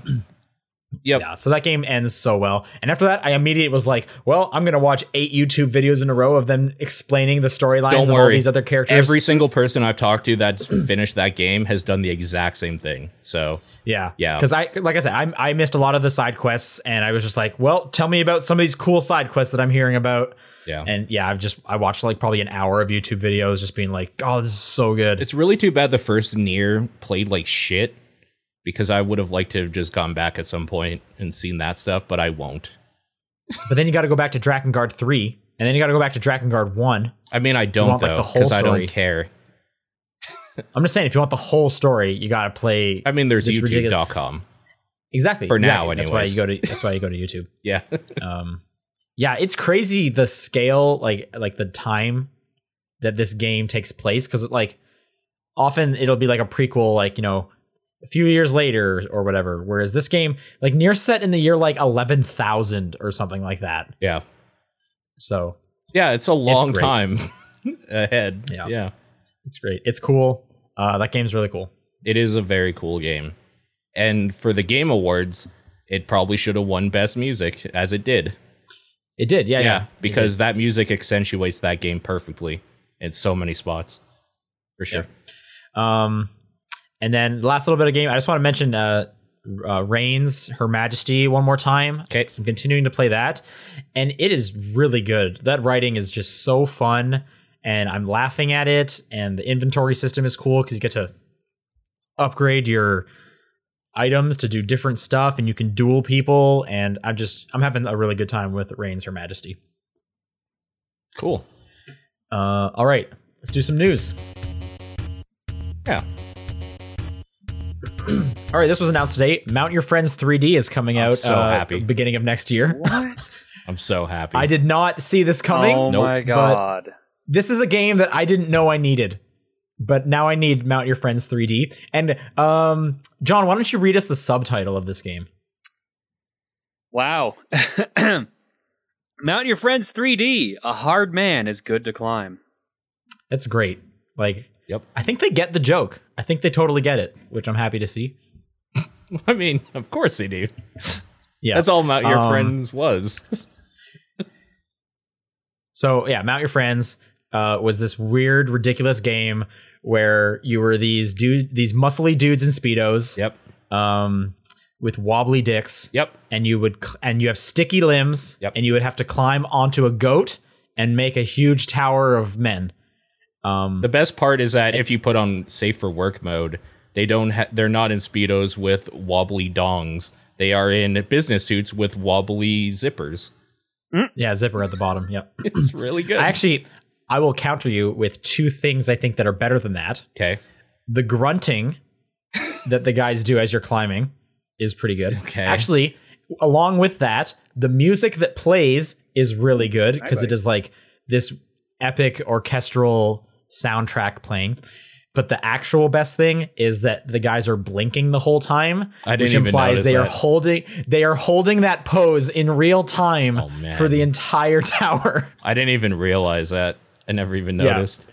Yep.
Yeah, so that game ends so well. And after that, I immediately was like, well, I'm going to watch eight YouTube videos in a row of them explaining the storylines
Don't
of all
worry.
these other characters.
Every single person I've talked to that's finished that game has done the exact same thing. So
yeah.
Yeah.
Because I, like I said, I, I missed a lot of the side quests and I was just like, well, tell me about some of these cool side quests that I'm hearing about.
yeah.
And yeah, I've just, I watched like probably an hour of YouTube videos just being like, oh, this is so good.
It's really too bad the first near played like shit because I would have liked to have just gone back at some point and seen that stuff, but I won't.
but then you got to go back to Drakengard 3 and then you got to go back to Drakengard 1.
I mean, I don't
want, like,
though
the whole
because I
story.
don't care.
I'm just saying, if you want the whole story, you got to play.
I mean, there's
It's ridiculous.
YouTube.com.
exactly.
for now,
exactly. That's why
anyways.
you go to, that's why you go to YouTube.
Yeah,
um yeah it's crazy the scale like like the time that this game takes place because like often it'll be like a prequel like you know a few years later or whatever whereas this game like near set in the year like 11000 or something like that
yeah,
so
yeah. It's a long
great.
time ahead.
Yeah.
Yeah.
it's great it's cool uh that game's really cool
it is a very cool game, and for the game awards, it probably should have won best music as it did.
it did yeah
Yeah,
yeah,
because that music accentuates that game perfectly in so many spots, for sure.
Um, and then the last little bit of game, I just want to mention uh, uh, Reigns, Her Majesty, one more time.
'Kay.
So I'm continuing to play that, and it is really good. That writing is just so fun, and I'm laughing at it. And the inventory system is cool because you get to upgrade your items to do different stuff, and you can duel people. And I'm just I'm having a really good time with Reigns, Her Majesty.
Cool.
Uh, all right, let's do some news.
Yeah.
All right, this was announced today. Mount Your Friends 3D is coming
I'm
out
so
uh,
happy.
beginning of next year.
What?
I'm so happy.
I did not see this coming.
Oh
Nope.
my
But-
god.
This is a game that I didn't know I needed, but now I need Mount Your Friends 3D. And um, John, why don't you read us the subtitle of this game?
Wow. Mount your friends 3D. A hard man is good to climb.
That's great. Like,
Yep.
I think they get the joke. I think they totally get it, which I'm happy to see.
I mean, of course they do.
Yeah,
That's all Mount Your
Um,
Friends was.
So yeah, Mount Your Friends uh, was this weird, ridiculous game where you were these dude, these muscly dudes in speedos,
yep.
um, with wobbly dicks,
Yep.
and you would cl- and you have sticky limbs,
Yep.
and you would have to climb onto a goat and make a huge tower of men. Um,
The best part is that if you put on safe for work mode, they don't ha- they're not in speedos with wobbly dongs. They are in business suits with wobbly zippers.
yeah, zipper at the bottom. Yep.
It's really good.
I actually, I will counter you with two things I think that are better than that.
okay.
the grunting that the guys do as you're climbing is pretty good.
Okay.
Actually, along with that, the music that plays is really good because it is like this epic orchestral soundtrack playing. But the actual best thing is that the guys are blinking the whole time,
I didn't
which
even
implies
notice
they are
that.
holding they are holding that pose in real time
Oh, man.
for the entire tower.
I didn't even realize that. I never even
Yeah.
noticed.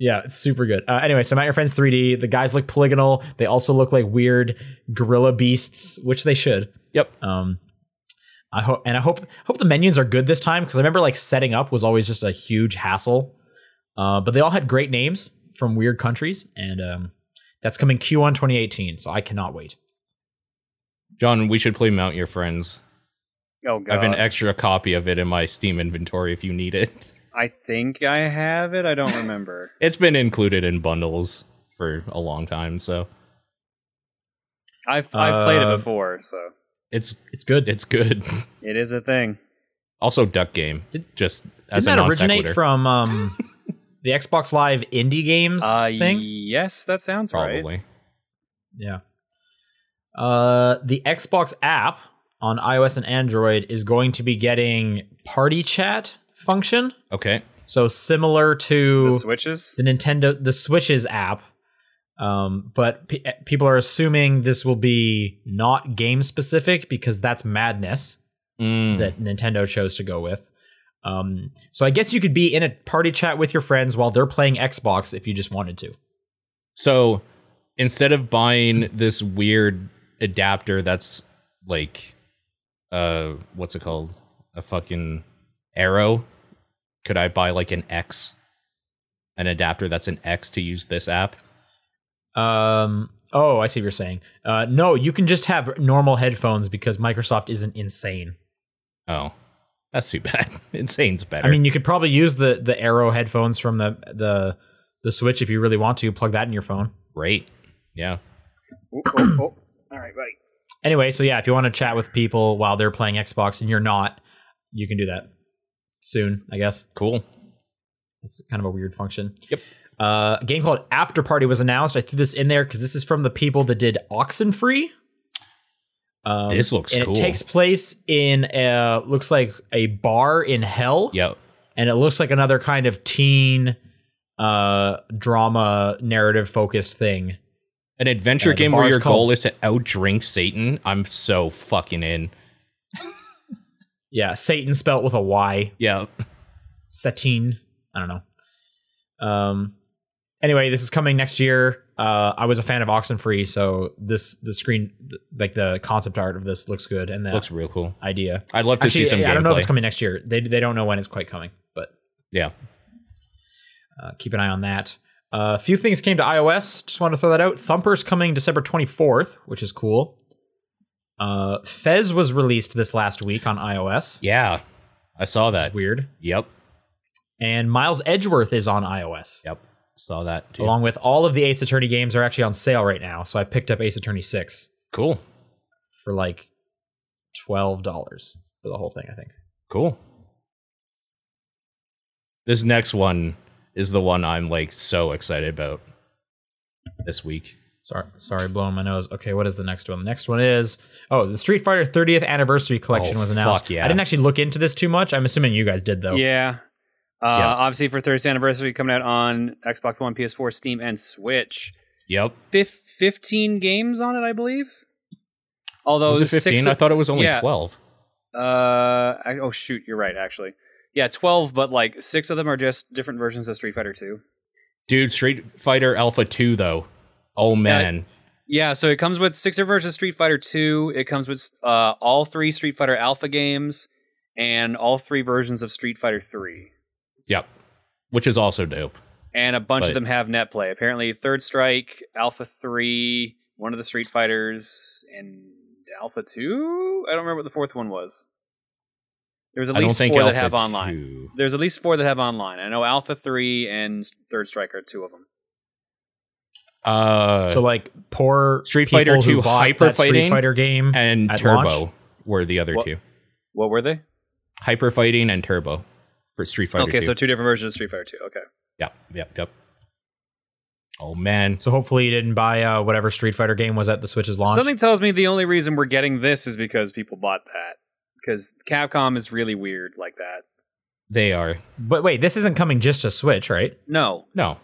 Yeah, it's super good. Uh, anyway, so Mount Your Friends 3D. The guys look polygonal. They also look like weird gorilla beasts, which they should.
Yep.
Um, I hope, and I hope, hope the menus are good this time because I remember like setting up was always just a huge hassle. Uh, but they all had great names from weird countries, and um, that's coming Q1 2018. So I cannot wait.
John, we should play Mount Your Friends.
Oh
I
god.
have an extra copy of it in my Steam inventory if you need it.
I think I have it. I don't remember.
It's been included in bundles for a long time, so
I've I've played it
Uh,
before, so
It's
It's good.
it's good.
it is a thing.
Also, Duck Game. Just as a
Didn't that
non
originate
sequitur,
from um, the Xbox Live indie games
Uh,
thing?
yes, that sounds right.
probably.
Yeah. Uh, the Xbox app on iOS and Android is going to be getting party chat function.
Okay.
So similar to
The switches.
the Nintendo, the Switch's app. Um, but pe- people are assuming this will be not game specific because that's madness
Mm,
that Nintendo chose to go with. Um, so I guess you could be in a party chat with your friends while they're playing Xbox if you just wanted to.
So instead of buying this weird adapter that's like uh what's it called? A fucking arrow, could I buy like an X? An adapter that's an X to use this app?
Um. Oh, I see what you're saying. Uh, no, you can just have normal headphones because Microsoft isn't insane.
Oh. That's too bad. Insane's better.
I mean, you could probably use the the Arrow headphones from the the the Switch if you really want to. Plug that in your phone.
great. Yeah.
Oh, oh, oh. All right, buddy.
Anyway, so yeah, if you want to chat with people while they're playing Xbox and you're not, you can do that soon. I guess
Cool.
that's kind of a weird function.
Yep.
Uh, a game called After Party was announced. I threw this in there because this is from the people that did Oxenfree. Um,
This looks
and
cool.
It takes place in a, looks like a bar in hell.
Yeah.
And it looks like another kind of teen uh, drama narrative focused thing.
An adventure
Uh, the
game where
bar's
your
called-
goal is to outdrink Satan. I'm so fucking in.
Yeah, Satan spelt with a Y.
Yeah.
Satine. I don't know. Um. Anyway, this is coming next year. Uh, I was a fan of Oxenfree, so this the screen, th- like the concept art of this, looks good, and the
Looks real cool.
idea.
I'd love to see
Actually,
some
I, I don't know if
gameplay.
it's coming next year. They they don't know when it's quite coming, but
yeah.
uh, keep an eye on that. A uh, few things came to iOS. Just wanted to throw that out. Thumper's coming December 24th, which is cool. Uh, Fez was released this last week on iOS.
Yeah. I saw
Which is
that.
weird.
Yep.
And Miles Edgeworth is on iOS.
Yep. Saw that too.
along with all of the Ace Attorney games are actually on sale right now. So I picked up Ace Attorney 6
cool.
for like $12 for the whole thing, I think.
Cool. This next one is the one I'm like so excited about this week.
Sorry, sorry, blowing my nose. Okay, what is the next one? The next one is oh, the Street Fighter 30th Anniversary Collection
Oh,
was announced.
fuck yeah.
I didn't actually look into this too much. I'm assuming you guys did though.
Yeah. Uh,
Yeah.
Obviously, for 30th anniversary, coming out on Xbox One, PS4, Steam, and Switch.
Yep.
Fif- 15 games on it, I believe. Although
was it 15?
Oh, six-
I thought it was only
yeah,
12.
Uh, I, oh shoot, you're right. Actually, yeah, twelve, but like six of them are just different versions of Street Fighter Two.
Dude, Street Fighter Alpha 2 though. Oh man.
Yeah, so it comes with six different versions of Street Fighter Two. It comes with uh, all three Street Fighter Alpha games and all three versions of Street Fighter Three.
yep. Which is also dope.
And a bunch
Right.
of them have net play. Apparently, Third Strike, Alpha Three, one of the Street Fighters, and Alpha Two. I don't remember what the fourth one was. There was at
I don't
least
think
four
Alpha
that have online.
2.
There's at least four that have online. I know Alpha 3 and Third Strike are two of them.
Uh
So like poor
Street
people
Fighter
who
2
bought
Hyper
that Street
Fighting
Fighter game.
and
at
Turbo
launch?
were the other
What-
two.
What were they?
Hyper Fighting and Turbo for Street Fighter
okay,
2.
so two different versions of Street Fighter 2. Okay.
Yep, yep, yep. Oh man.
so hopefully you didn't buy uh, whatever Street Fighter game was at the Switch's launch.
Something tells me the only reason we're getting this is because people bought that. Because Capcom is really weird like that.
They are.
but wait, this isn't coming just to Switch, right?
No,
No.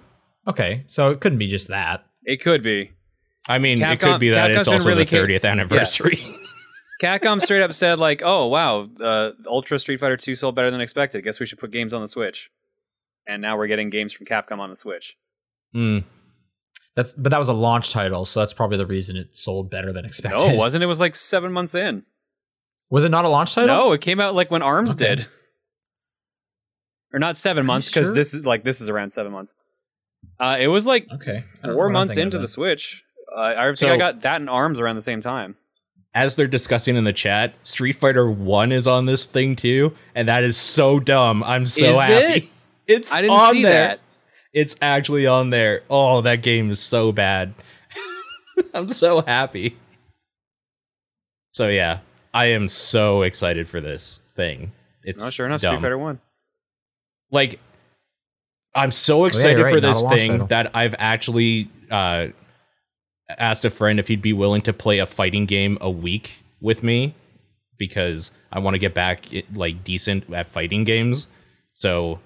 Okay, so it couldn't be just that.
it could be.
I mean, it
Capcom-
could be that
Capcom's
it's
been
also
really
the
ca-
30th anniversary.
Capcom straight up said, like, oh, wow, uh, Ultra Street Fighter 2 sold better than expected. Guess we should put games on the Switch. And now we're getting games from Capcom on the Switch.
Hmm.
That's but that was a launch title, so that's probably the reason it sold better than expected.
No, it wasn't. It was like seven months in.
Was it not a launch title?
No, it came out like when Arms
Okay.
did, or not seven
you
months because
sure?
this is like this is around seven months. Uh, it was like
Okay. I don't know what
four
I'm
months
thinking
into
of
the
then.
Switch. Uh, I think
So-
I got that and Arms around the same time.
As they're discussing in the chat, Street Fighter 1 is on this thing too, and that is so dumb. I'm so
Is
happy.
it?
It's
I didn't
on
see
there.
that.
It's actually on there. Oh, that game is so bad. I'm so happy. So yeah, I am so excited for this thing. It's
No, sure enough,
dumb.
Street Fighter One.
Like, I'm so
you're
excited
right,
for
not a
this
launch
thing
title.
that I've actually uh, asked a friend if he'd be willing to play a fighting game a week with me because I want to get back it, like decent at fighting games. So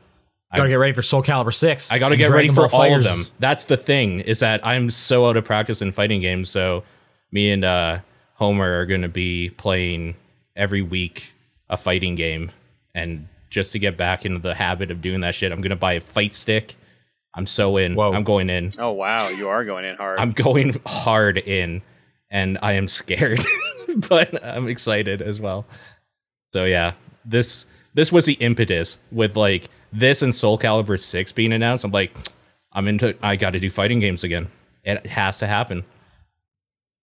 Gotta get ready for Soul Calibur Six.
I got to
and
get ready
Dragon
for
Ball
all of them.
Fighters.
That's the thing is that I'm so out of practice in fighting games. So me and uh, Homer are going to be playing every week a fighting game, and just to get back into the habit of doing that shit, I'm going to buy a fight stick. I'm so in.
Whoa.
I'm going in.
Oh wow, you are going in hard.
I'm going hard in, and I am scared, but I'm excited as well. So yeah, this this was the impetus with like this and Soul Calibur Six being announced. I'm like, I'm into. I got to do fighting games again. It has to happen.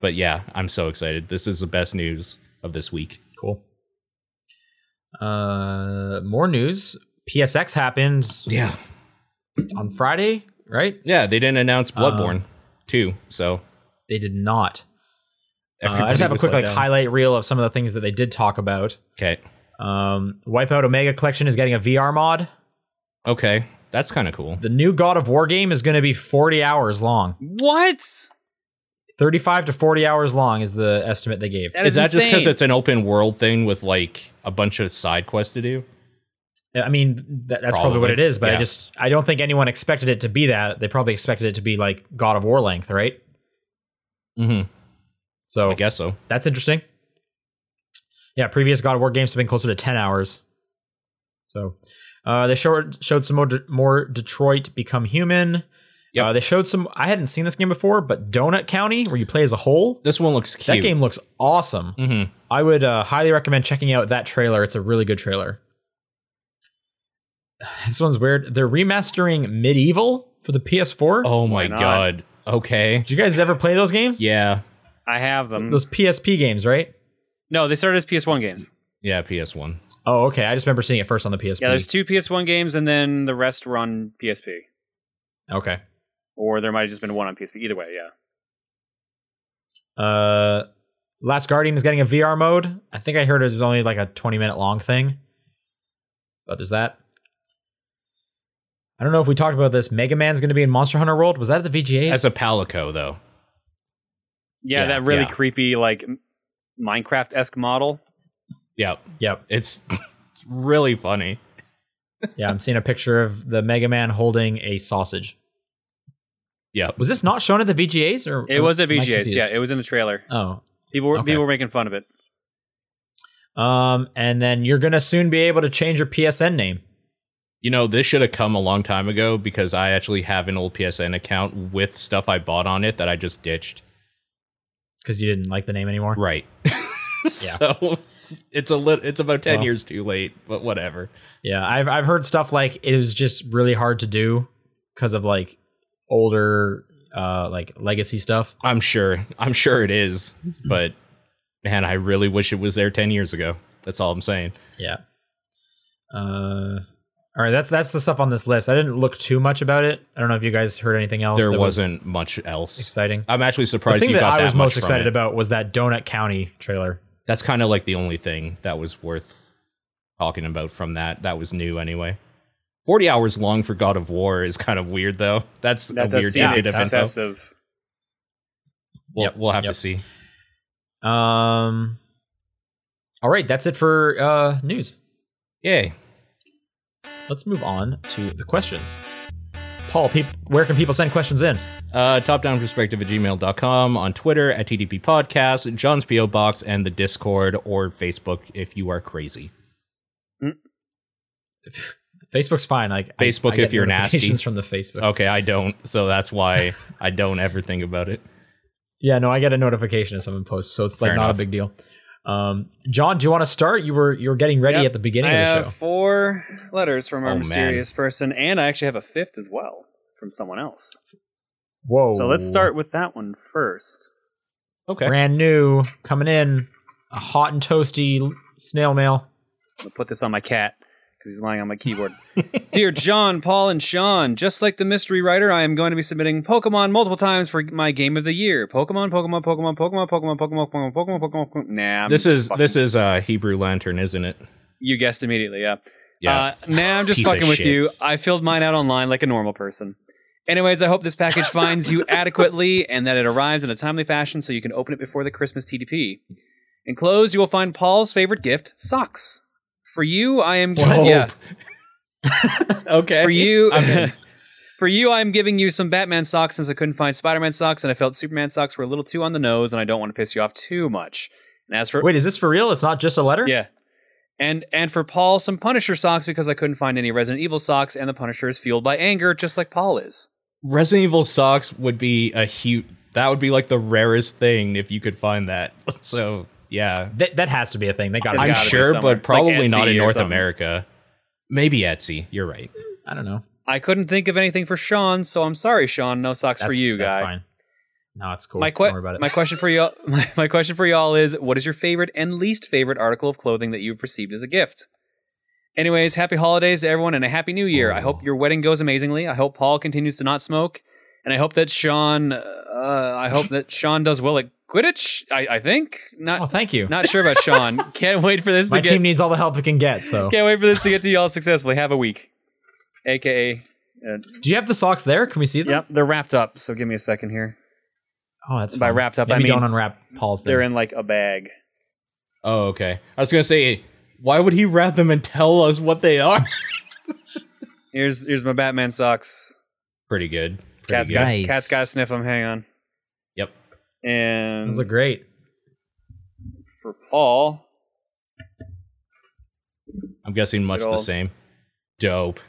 But yeah, I'm so excited. This is the best news of this week.
Cool. Uh, more news. PSX happens
Yeah,
on Friday, right?
yeah. They didn't announce Bloodborne
Uh,
too, so
They did not. Uh, I
everybody
just have a
was
quick
let
like
down.
highlight reel of some of the things that they did talk about.
Okay,
Um, Wipeout Omega Collection is getting a VR mod.
okay, that's kind of cool.
The new God of War game is going to be 40 hours long.
what?
35 to 40 hours long is the estimate they gave.
That
Is
is,
that just because
insane.
it's an open world thing with like a bunch of side quests to do?
I mean, that, that's probably. what
Probably,
it is, but I
yeah.
just I don't think anyone expected it to be that. They probably expected it to be like God of War length, right?
Mm-hmm. I
So
guess so.
that's interesting. Yeah, previous God of War games have been closer to 10 hours. So uh, they showed showed some more, De- more Detroit Become Human.
Yep.
Uh, they showed some. I hadn't seen this game before, but Donut County, where you play as a whole.
This one looks
That
cute.
game looks awesome.
Mhm.
I would uh, highly recommend checking out that trailer. It's a really good trailer. This one's weird. They're remastering Medieval for the PS4.
Oh my
Why not?
god. Okay.
Did you guys ever play those games?
Yeah.
I have them.
Those PSP games, right?
No, they started as PS1 games.
Yeah. PS One.
Oh, okay. I just remember seeing it first on the PSP.
Yeah, there's two PS1 games, and then the rest were on PSP,
okay.
or there might have just been one on PSP. Either way, yeah.
Uh, Last Guardian is getting a VR mode. I think I heard it was only like a 20 minute long thing. But there's that. I don't know if we talked about this. Mega Man's going to be in Monster Hunter World. Was that at the VGAs?
As a Palico though.
Yeah,
Yeah,
that really
yeah.
creepy, like m- Minecraft-esque model.
Yeah.
yep.
It's it's really funny.
Yeah, I'm seeing a picture of the Mega Man holding a sausage.
Yeah.
Was this not shown at the VGAs or
It was at
am I
VGAs.
confused?
Yeah, it was in the trailer.
Oh.
People were
Okay.
people were making fun of it.
Um, and then you're gonna soon be able to change your PSN name.
You know, this should have come a long time ago because I actually have an old PSN account with stuff I bought on it that I just ditched.
Because you didn't like the name anymore.
Right. So it's a lit it's about ten
Well.
years too late, but whatever.
Yeah, I've I've heard stuff like it was just really hard to do because of like older uh like legacy stuff.
I'm sure. I'm sure it is. But man, I really wish it was there ten years ago. That's all I'm saying.
Yeah. Uh all right, that's that's the stuff on this list. I didn't look too much about it. I don't know if you guys heard anything else.
There
that was
wasn't much else.
exciting.
I'm actually surprised
the thing
you
that
got
I
that
was
much
most
from
excited
it.
about was that Donut County trailer.
That's kind of like the only thing that was worth talking about from that. That was new anyway. 40 hours long for God of War is kind of weird though. That's,
That
a
does
weird
seem
tidbit of info.
excessive.
We'll,
Yep,
we'll have to
yep.
see.
Um, all right, that's it for uh, news.
Yay.
Let's move on to the questions. Paul, peop where can people send questions in?
Uh, topdown perspective at gmail.com, on Twitter at TDP Podcast, John's PO Box, and the Discord or Facebook if you are crazy.
Facebook's fine. Like I-
Facebook
I get
if you're nasty. Oh.
notifications from the Facebook.
Okay, I don't, so that's why I don't ever think about it.
Yeah, no, I get a notification if someone posts, so it's like
Fair
not a
enough.
big deal. Um, John, do you want to start? You were you were getting ready
Yep.
at the beginning
I
of the
have
show.
four letters from
Oh,
our
man.
mysterious person, and I actually have a fifth as well from someone else.
Whoa!
So let's start with that one first.
Okay.
Brand new, coming in, a hot and toasty snail mail.
I'm gonna put this on my cat because he's lying on my keyboard. Dear John, Paul, and Sean, just like the mystery writer, I am going to be submitting Pokemon multiple times for my game of the year. Pokemon, Pokemon, Pokemon, Pokemon, Pokemon, Pokemon, Pokemon, Pokemon, Pokemon. Pokemon. Nah, I'm
this
just
is
fucking-
this is uh, Hebrew Lantern, isn't it?
You guessed immediately, yeah.
Yeah.
Uh, nah, I'm just
Piece of
fucking with
shit.
you. I filled mine out online like a normal person. Anyways, I hope this package finds you adequately and that it arrives in a timely fashion so you can open it before the Christmas TDP. Enclosed, you will find Paul's favorite gift, socks. For you, I am yeah.
okay.
For you, for you, I'm giving you some Batman socks since I couldn't find Spider-Man socks and I felt Superman socks were a little too on the nose and I don't want to piss you off too much. And as for
Wait, is this for real? It's not just a letter?
yeah. And and for Paul, some Punisher socks because I couldn't find any Resident Evil socks, and the Punisher is fueled by anger, just like Paul is.
Resident Evil socks would be a huge. That would be like the rarest thing if you could find that. So yeah,
That, that has to be a thing. They got
It's
I'm
to.
gotta be
sure,
somewhere,
but
like
probably
Etsy
not in
or
North
something.
America. Maybe Etsy. You're right.
I don't know.
I couldn't think of anything for Sean, so I'm sorry, Sean. No socks
That's
for you,
That's
guy.
fine. No, it's cool.
My, que-
Don't worry about it.
my question for y'all my, my question for y'all is what is your favorite and least favorite article of clothing that you've received as a gift? Anyways, happy holidays to everyone and a happy new year. I hope your wedding goes amazingly. I hope Paul continues to not smoke, and I hope that Sean uh, I hope that Sean does well at Quidditch. I, I think not.
oh, thank you.
Not sure about Sean. Can't wait for this
my
to get.
team needs all the help it can get. So,
can't wait for this to get to y'all successfully. Have a week, aka. Uh,
do you have the socks there? Can we see them?
yep, they're wrapped up. So give me a second here.
Oh, that's
By
fine.
wrapped up,
Maybe
I mean-
don't unwrap Paul's
They're
thing.
in like a bag.
Oh, okay. I was gonna say, why would he wrap them and tell us what they are?
Here's here's my Batman socks.
Pretty good. Pretty
Cat's
good.
got
Nice.
cat's got to sniff them. Hang on.
Yep.
And
Those are great.
for Paul,
I'm guessing much the
old-
same. Dope.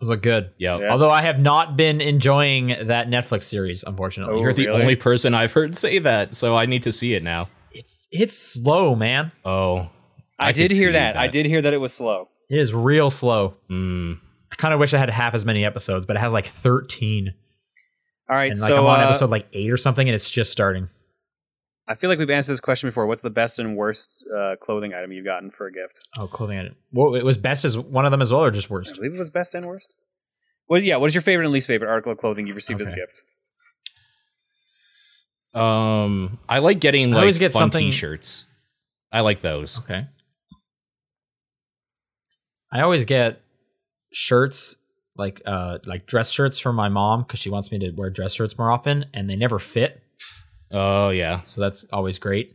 Those look good.
Yep.
Yeah.
Although I have not been enjoying that Netflix series, unfortunately.
Oh.
You're the
really?
only person I've heard say that, so I need to see it now.
It's it's slow, man.
Oh,
I,
could
did hear
see
that. I did hear that it was slow.
It is real slow.
Mm.
I kind of wish I had half as many episodes, but it has like 13.
All right,
And like
so
I'm on
uh,
episode like 8 or something and it's just starting.
I feel like we've answered this question before. What's the best and worst uh, clothing item you've gotten for a gift?
Oh, clothing item. Well, it was best as one of them as well or just
I
worst?
believe it was best and worst. What? Yeah. What is your favorite and least favorite article of clothing you received as a
Okay.
gift?
Um, I like getting
I
like
always get
fun
something-
t-shirts. I like those.
Okay. I always get shirts like uh like dress shirts from my mom cuz she wants me to wear dress shirts more often and they never fit.
Oh yeah,
So that's always great.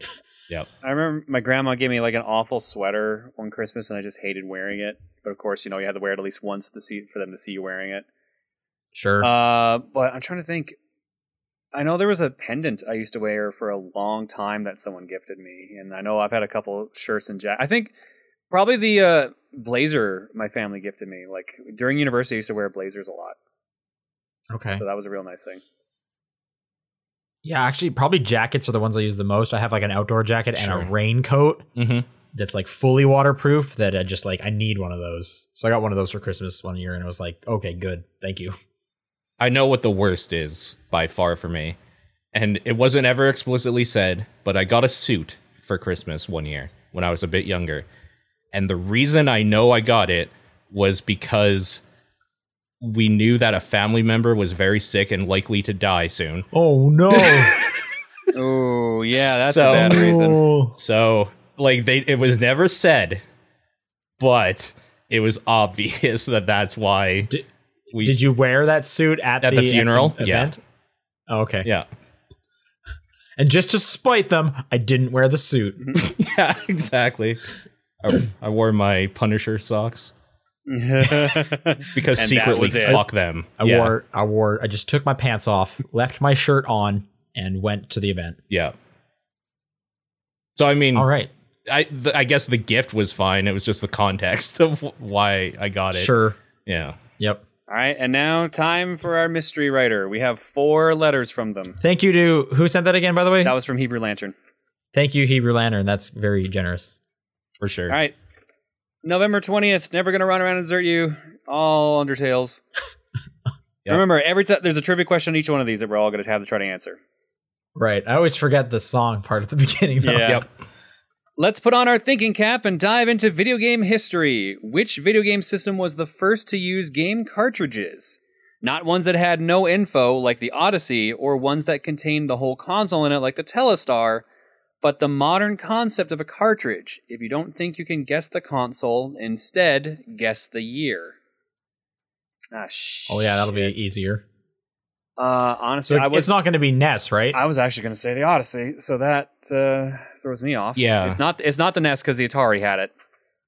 I remember my grandma gave me like an awful sweater one Christmas, and I just hated wearing it. But of course, you know, you had to wear it at least once to see for them to see you wearing it.
Sure.
Uh, but I'm trying to think. I know there was a pendant I used to wear for a long time that someone gifted me, and I know I've had a couple shirts and jack. I think probably the uh, blazer my family gifted me. Like during university, I used to wear blazers a lot,
okay.
so that was a real nice thing.
Yeah, actually, probably jackets are the ones I use the most. I have like an outdoor jacket and
Sure.
a raincoat
hmm
that's like fully waterproof that I just like, I need one of those. So I got one of those for Christmas one year and I was like, okay, good. Thank you.
I know what the worst is by far for me, and it wasn't ever explicitly said, but I got a suit for Christmas one year when I was a bit younger, and the reason I know I got it was because we knew that a family member was very sick and likely to die soon.
Oh, no.
Oh yeah, that's
So-
a bad reason.
Oh.
So like they it was never said, but it was obvious that that's why
Did-
we
Did you wear that suit at,
At the funeral? Yeah.
event? Oh, okay.
yeah
And just to spite them, I didn't wear the suit.
yeah exactly. I, I wore my Punisher socks because
And that
secretly
was it.
fuck them.
I
yeah,
wore, I wore, I just took my pants off, left my shirt on, and went to the event.
yeah. So I mean,
All right.
I th- I guess the gift was fine. It was just the context of wh- why I got it.
Sure.
Yeah.
Yep.
All right, and now time for our mystery writer. We have four letters from them.
Thank you to who sent that again, by the way?
That was from Hebrew Lantern.
Thank you, Hebrew Lantern. That's very generous.
For sure.
All right. November 20th, never going to run around and desert you. All Undertales.
Yep.
Remember, every time there's a trivia question on each one of these that we're all going to have to try to answer.
Right. I always forget the song part at the beginning. Though.
Yeah.
Yep.
Let's put on our thinking cap and dive into video game history. Which video game system was the first to use game cartridges? Not ones that had no info, like the Odyssey, or ones that contained the whole console in it, like the Telestar, but the modern concept of a cartridge. If you don't think you can guess the console, instead, guess the year. Ah, shit.
Oh yeah, that'll be easier.
Uh,
So
honestly, I was
it's not going to be NES, right?
I was actually going to say the Odyssey, so that uh, throws me off.
Yeah.
it's not it's not the NES because the Atari had it.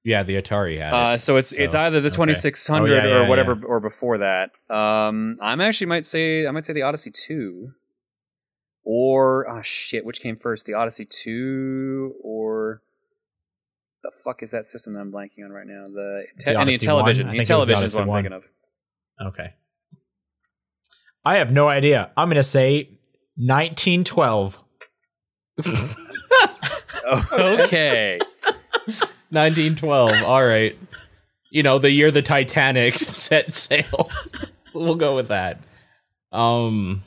Yeah, the Atari had it.
Uh, so it's it's
Oh,
either the
okay.
2600
Oh, yeah,
or
yeah,
whatever or before that. Um, I'm actually might say I might say the Odyssey 2 or ah shit, which came first, the Odyssey 2 or the fuck is that system that I'm blanking on right now? The, te-
The
and the
Odyssey 1?
Intellivision.
I
The
think it was the
Intellivision is what I'm
Odyssey
thinking of.
okay. I have no idea. I'm going to say 1912.
okay.
1912. All right. You know, the year the Titanic set sail. we'll go with that. Um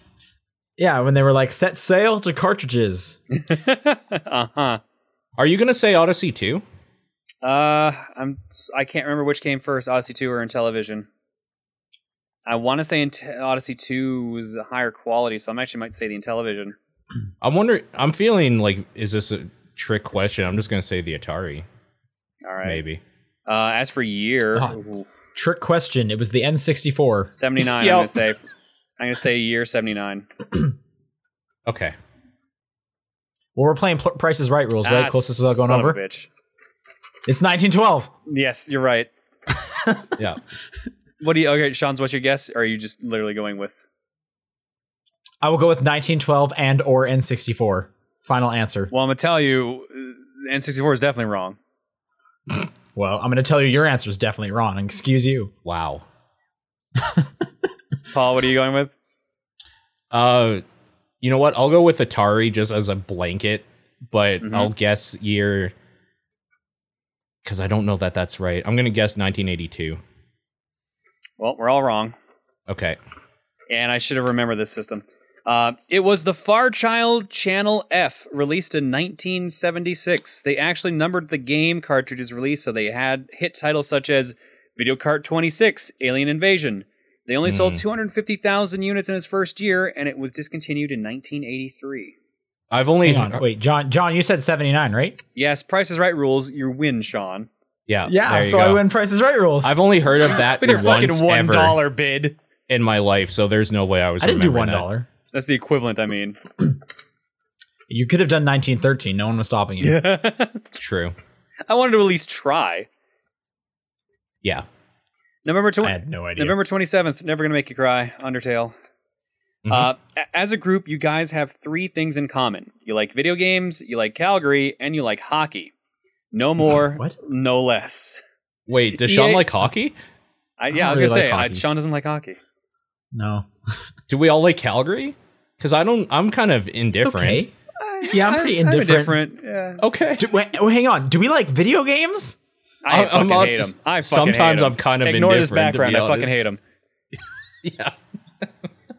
Yeah, when they were like set sail to cartridges.
uh huh.
are you going to say Odyssey 2?
Uh, I'm s- I can't remember which came first, Odyssey Two or Intellivision. I want to say Int- Odyssey Two was a higher quality, so I am actually might say the Intellivision.
I'm wondering I'm feeling like is this a trick question? I'm just going to say the Atari
All right.
maybe.
Uh, as for year,
Ah. Trick question. It was the N64.
seventy nine. I'm
Yep.
gonna say. I'm gonna say year seventy nine.
Okay.
Well, we're playing pl- Price is Right rules,
Ah,
right? Closest without going over.
bitch.
It's 1912.
Yes, you're right.
Yeah.
What do you? Okay, Sean's. What's your guess? Or are you just literally going with?
I will go with 1912 and or N64. Final answer.
Well, I'm gonna tell you, uh, N64 is definitely wrong.
Well, I'm going to tell you your answer is definitely wrong. and Excuse you.
wow.
Paul, what are you going with?
Uh you know what? I'll go with Atari just as a blanket, but
Mm-hmm.
Mhm.
I'll guess year cuz I don't know that that's right. I'm going to guess 1982.
Well, we're all wrong.
Okay.
and I should have remembered this system. Uh, it was the Farchild Channel F, released in 1976. They actually numbered the game cartridges released, so they had hit titles such as Video Cart 26, Alien Invasion. They only sold
Mm.
250,000 units in its first year, and it was discontinued in 1983.
I've only
Hang on. Wait, John, John, you said 79, right?
Yes, Price is Right rules. You win, Sean.
Yeah. there
Yeah,
you
so
go.
I win Price is Right rules.
I've only heard of that
With your
once
fucking one
ever
dollar bid.
in my life, so there's no way I was.
I didn't do
remembering
one
that.
dollar.
That's the equivalent, I mean.
You could have done 1913. No one was stopping you.
It's true.
I wanted to at least try.
Yeah.
November
I
20-
had no idea.
November 27th, Never Gonna Make You Cry, Undertale.
Mhm.
Mm-hmm.
Uh, a- as a group, you guys have three things in common you like video games, you like Calgary, and you like hockey. No more,
What?
no less.
Wait, does
EA
Sean like hockey?
I,
don't
yeah, I, was
really
gonna
like
say, I,
hockey.
Sean doesn't like hockey.
No,
Do we all like Calgary? Because I don't. I'm kind of
it's
indifferent.
okay. Yeah, I'm pretty indifferent.
Yeah.
Okay.
Do- wait, oh, hang on. Do we like video games?
I,
I'm-
fucking
I'm-
hate him. I fucking hate
sometimes
'em.
I'm kind of
Ignore this
indifferent, to be
background. I fucking
honest.
hate him.
Yeah.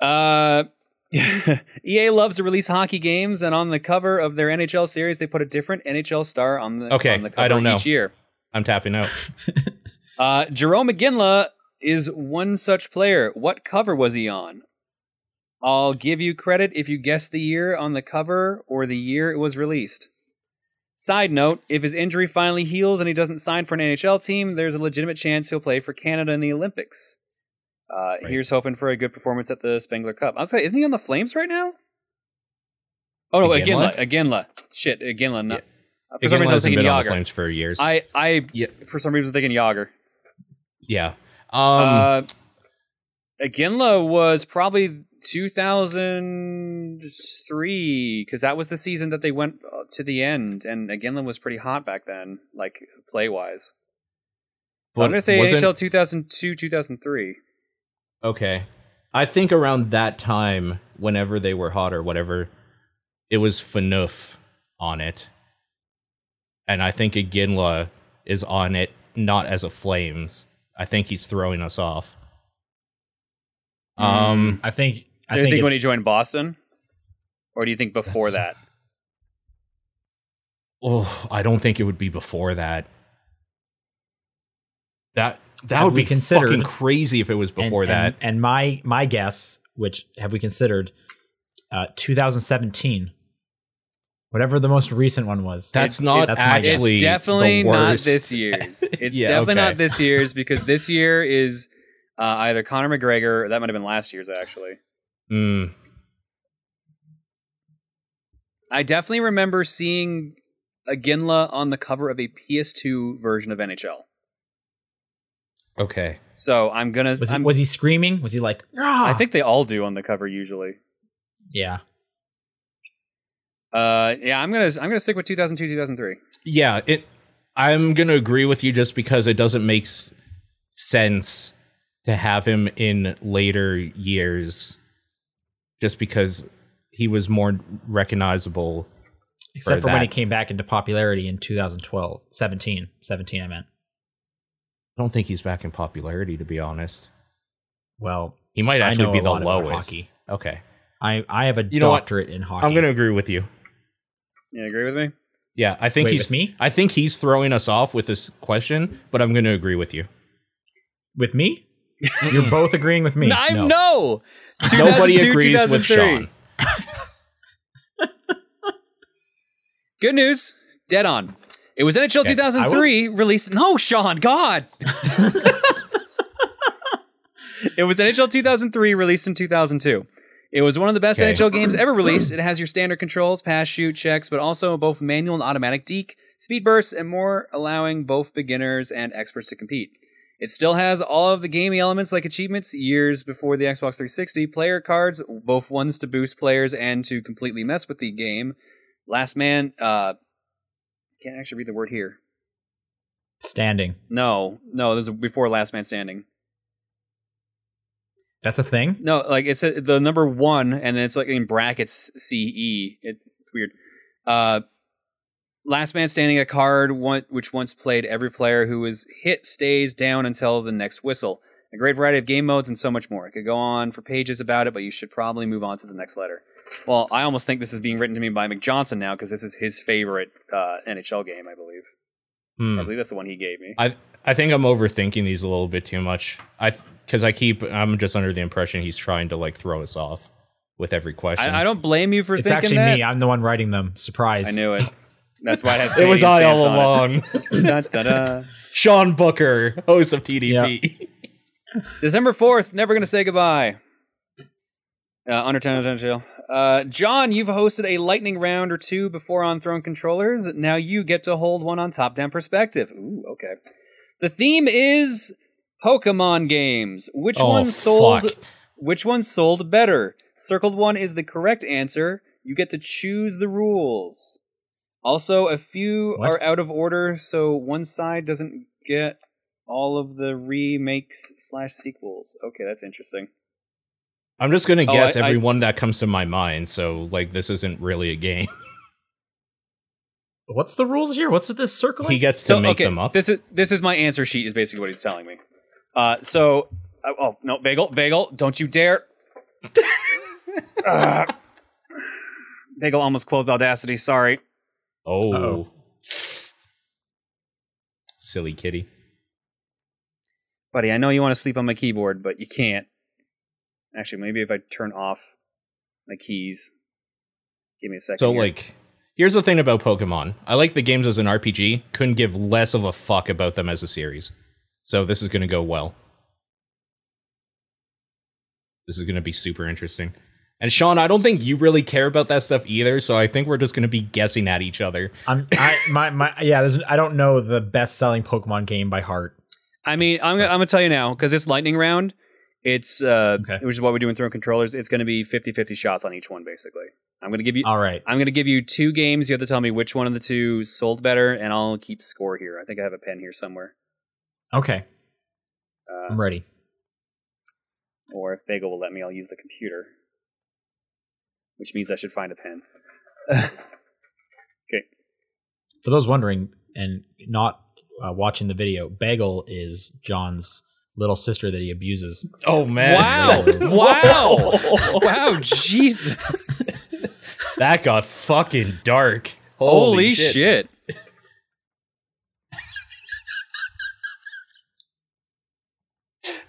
Uh, EA loves to release hockey games, and on the cover of their NHL series, they put a different NHL star on the
Okay,
on the
I
cover
don't know.
each year.
I'm tapping out.
Uh, Jerome McGinley is one such player. What cover was he on? I'll give you credit if you guess the year on the cover or the year it was released. Side note, if his injury finally heals and he doesn't sign for an NHL team, there's a legitimate chance he'll play for Canada in the Olympics. Uh, Here's hoping for a good performance at the Spengler Cup. I was like, isn't he on the Flames right now? Oh no,
Iginla?
Aginla, Aginla. Shit, Aginla. Not, For
Again,
some reason, I was
hasn't
thinking
been on the
Yager.
Flames for years.
I, I,
yeah.
for some reason, was thinking Yager.
Yeah. Um.
uh, Aginla was probably 2003 because that was the season that they went uh, to the end, and Aginla was pretty hot back then, like play wise. So I'm
But
gonna say
wasn't-
NHL 2002 2003.
Okay. I think around that time, whenever they were hot or whatever, it was FNUF on it. And I think Aginla is on it not as a Flames. I think he's throwing us off. Um
I think.
So
I
you
think,
think, when
it's-
he joined Boston, or do you think before that?
Oh, I don't think it would be before that. That that
Have
would
we
be
considered-
fucking crazy if it was
And-
before
and,
that.
And my my guess, which have we considered, uh, 2017, whatever the most recent one was.
that's
It's-
not
it's- that's my guess.
actually
it's definitely
the
not
worst.
this year's. It's
Yeah,
definitely
okay.
not this year's because this year is uh, either Conor McGregor. Or that might have been last year's actually.
Mm,
I definitely remember seeing Aginla on the cover of a PS2 version of NHL.
okay.
So I'm gonna.
was he,
I'm,
was he screaming? Was he like?
I
"Ah!"
think they all do on the cover usually.
Yeah.
Uh, yeah, I'm gonna. I'm gonna stick with 2002, 2003.
Yeah, it. I'm gonna agree with you just because it doesn't make s- sense to have him in later years, just because he was more recognizable.
Except for, when
that.
he came back into popularity in 2012, 17, 17. I meant.
I don't think he's back in popularity, to be honest.
Well,
He might
I
actually
know
be
a
the
lot about
lowest.
hockey.
Okay,
I I have a
You know what?
doctorate in hockey.
I'm gonna agree with you.
You agree with me?
Yeah, I think
Wait,
he's
with me?
I think he's throwing us off with this question, but I'm gonna agree with you.
with me. You're both agreeing with me.
No, I'm no.
Nobody
2002,
agrees with
2003.
Sean.
Good news. Dead on. It was NHL
Okay, I
2003 released. No, Sean, God. it was NHL 2003 released in 2002. It was one of the best
Okay.
NHL games ever released. It has your standard controls, pass, shoot, checks, but also both manual and automatic deke, speed bursts, and more, allowing both beginners and experts to compete. It still has all of the gamey elements like achievements, years before the Xbox 360, player cards, both ones to boost players and to completely mess with the game. Last man, uh, can't actually read the word here.
Standing.
No, no, this is before Last Man Standing.
That's a thing.
No, like it's uh the number one, and then it's like in brackets CE. It, it's weird. Uh, Last Man Standing, a card one, which once played every player who was hit stays down until the next whistle. A great variety of game modes and so much more. I could go on for pages about it, but you should probably move on to the next letter. Well, I almost think this is being written to me by McJohnson now because this is his favorite uh, NHL game, I believe.
Hmm.
I believe that's the one he gave me.
I I think I'm overthinking these a little bit too much. I because I keep I'm just under the impression he's trying to like throw us off with every question.
I, I don't blame you for
It's
thinking
actually
that.
me. I'm the one writing them. Surprise.
I knew it. That's why it has.
it was I
Canadian
all
stamps on
along.
it. Dun, dun, dun.
Sean Booker, host of TDP.
December fourth. Never gonna say goodbye. Uh, Undertale, Undertale. Uh, John, you've hosted a lightning round or two before on Throne Controllers. Now you get to hold one on Top Down Perspective. Ooh, okay. The theme is Pokemon games. Which
Oh,
one sold?
fuck.
Which one sold better? Circled one is the correct answer. You get to choose the rules. Also, a few
What?
are out of order, so one side doesn't get all of the remakes slash sequels. Okay, that's interesting.
I'm just gonna
Oh,
guess
I- I-
everyone that comes to my mind. So like this isn't really a game.
What's the rules here? What's with this circling?
he gets to
So
make
okay,
them up.
this is this is my answer sheet. Is basically what he's telling me. Uh, so, oh, oh no, bagel, bagel, don't you dare! Ugh. bagel almost closed Audacity. Sorry.
oh,
Uh-oh.
silly kitty.
buddy, I know you want to sleep on my keyboard, but you can't. Actually, maybe if I turn off my keys, give me a second.
So
here.
like. Here's the thing about Pokemon. I like the games as an RPG. Couldn't give less of a fuck about them as a series. So this is going to go well. This is going to be super interesting. And Sean, I don't think you really care about that stuff either, so I think we're just going to be guessing at each other.
I'm, I, my, my, yeah, there's, I don't know the best selling Pokemon game by heart.
I mean, I'm gonna, I'm gonna tell you now because it's lightning round. It's uh,
Okay.
which is what we do in throne controllers. It's gonna be 50-50 shots on each one, basically. I'm gonna give you.
All right.
I'm gonna give you two games. You have to tell me which one of the two sold better, and I'll keep score here. I think I have a pen here somewhere.
Okay.
Uh,
I'm ready.
or if Bagel will let me, I'll use the computer, which means I should find a pen.
For those wondering and not uh, watching the video, Bagel is John's little sister that he abuses.
Oh man.
Wow! wow! wow! Jesus!
that got fucking dark.
Holy, shit.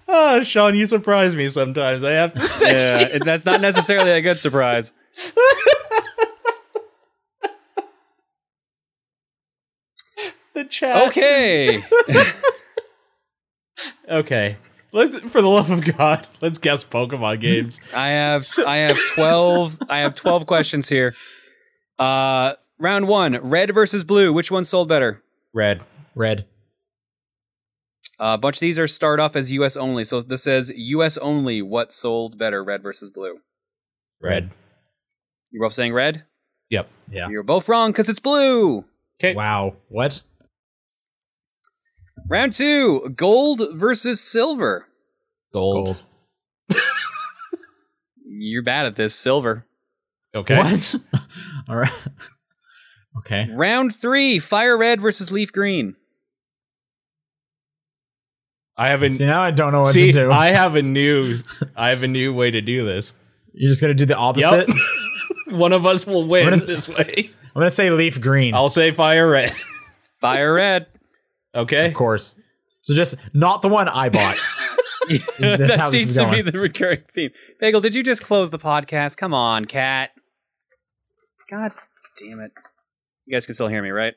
Oh, Sean, you surprise me sometimes. I have to say.
yeah, it- that's not necessarily a good surprise.
the chat.
Okay.
Okay. Let's for the love of God, let's guess Pokemon games.
I have I have 12 I have 12 questions here. Uh round 1, red versus blue, which one sold better?
Red.
Red.
Uh, a bunch of these are start off as US only. So this says US only what sold better, red versus blue.
Red.
You're both saying red?
Yep.
Yeah.
You're both wrong cuz it's blue.
Okay.
Wow. What?
Round 2, gold versus silver.
Gold.
You're bad at this, silver.
Okay.
What? All right. Okay.
Round 3, fire red versus leaf green.
I haven't
See now I don't know what
See,
to do.
I have a new I have a new way to do this.
You're just gonna do the opposite.
One of us will win
What is-
this way.
I'm gonna say leaf green.
I'll say fire red.
Fire red.
Okay.
Of course. So just not the one I bought. That's
that
how this
seems
is
to be
going.
the recurring theme. Bagel, did you just close the podcast? Come on, cat. God damn it. You guys can still hear me, right?